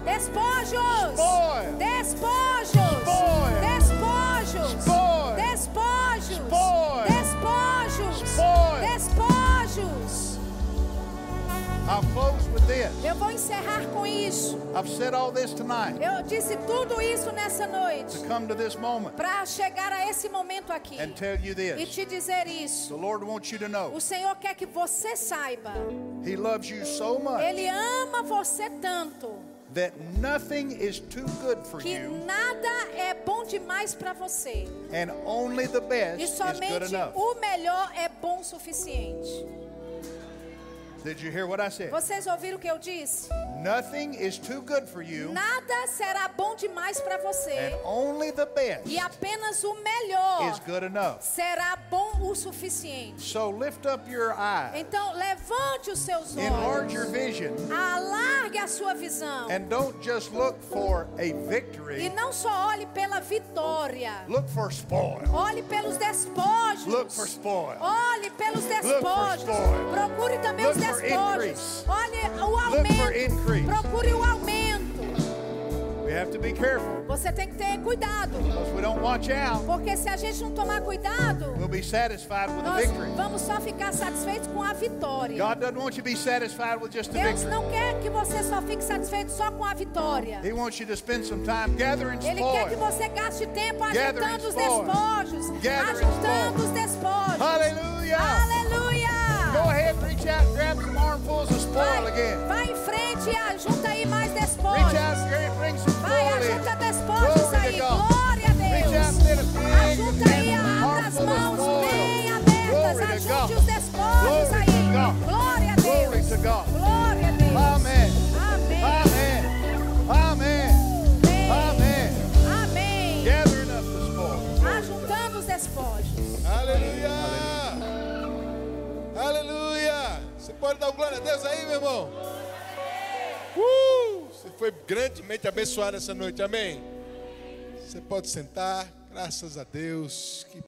B: Despojos!
A: Spoil.
B: Despojos!
A: Spoil.
B: Despojos!
A: Spoil.
B: Despojos!
A: Spoil.
B: Despojos!
A: Spoil.
B: Despojos!
A: I'll close with this.
B: Eu vou encerrar com isso.
A: I've said all this tonight
B: Eu disse tudo isso nessa noite
A: to come to this moment
B: para chegar a esse momento aqui
A: and tell you
B: e
A: this.
B: te dizer isso.
A: The Lord wants you to know
B: O Senhor quer que você saiba.
A: He loves you so much
B: Ele ama você tanto
A: that nothing is too good for
B: que
A: you,
B: nada é bom demais para você
A: and only the best
B: e
A: is good
B: somente
A: enough.
B: o melhor é bom o suficiente.
A: Did you hear what I said?
B: Vocês ouviram o que eu disse?
A: Nothing is too good for you,
B: Nada será bom demais para
A: and
B: você
A: only the best
B: e apenas o
A: is
B: melhor
A: É. good enough.
B: será bom o suficiente.
A: So lift up your eyes,
B: Então levante os seus
A: enlarge your
B: olhos.
A: vision,
B: Alargue a sua visão.
A: and don't just look for a
B: E
A: victory,
B: não só olhe pela vitória.
A: look for spoil.
B: Olhe pelos despojos.
A: Look for spoil.
B: Olhe pelos despojos.
A: spoil.
B: Procure também
A: Look
B: os
A: for
B: despojos.
A: increase.
B: Olhe o
A: Look for
B: aumento.
A: increase.
B: Procure o aumento.
A: We have to be careful
B: Você tem que ter cuidado.
A: because if we don't watch out,
B: Porque se a gente não tomar cuidado,
A: we'll be satisfied with a
B: nós
A: victory.
B: vamos só ficar satisfeitos com a vitória.
A: God doesn't want you to be satisfied with just a
B: Deus
A: victory.
B: não quer que você só fique satisfeito só com a vitória.
A: He wants you to spend some time gathering
B: Ele quer que
A: spoil.
B: você gaste tempo
A: Gathering
B: ajuntando os
A: spoil.
B: despojos.
A: Gathering spoil.
B: Ajuntando os despojos.
A: Hallelujah. Go
B: Aleluia!
A: ahead, reach out, grab some armfuls of spoil
B: Vai,
A: again.
B: vai em frente e ajunta aí mais
A: Reach
B: despojos.
A: out, grab, bring some
B: Vai,
A: spoil in.
B: ajunta despojos
A: Glory to
B: aí.
A: God.
B: Glória a
A: Reach out,
B: Deus.
A: let it big
B: Ajunta aí,
A: and
B: abra as
A: armful of
B: mãos bem
A: spoil.
B: abertas.
A: Glory to
B: Ajunte
A: God.
B: os despojos
A: Glory
B: aí.
A: to God.
B: Glória a
A: Glory
B: Deus.
A: to God.
B: Glória a Deus.
A: Amém.
B: Amém.
A: Amen. Amen. Amen.
B: Amém. Amém.
A: Gathering up the spoil.
B: Ajuntando os despojos.
C: Aleluia! Aleluia! Você pode dar um glória a Deus aí, meu irmão? Uh! Você foi grandemente abençoado essa noite, amém? Você pode sentar, graças a Deus, que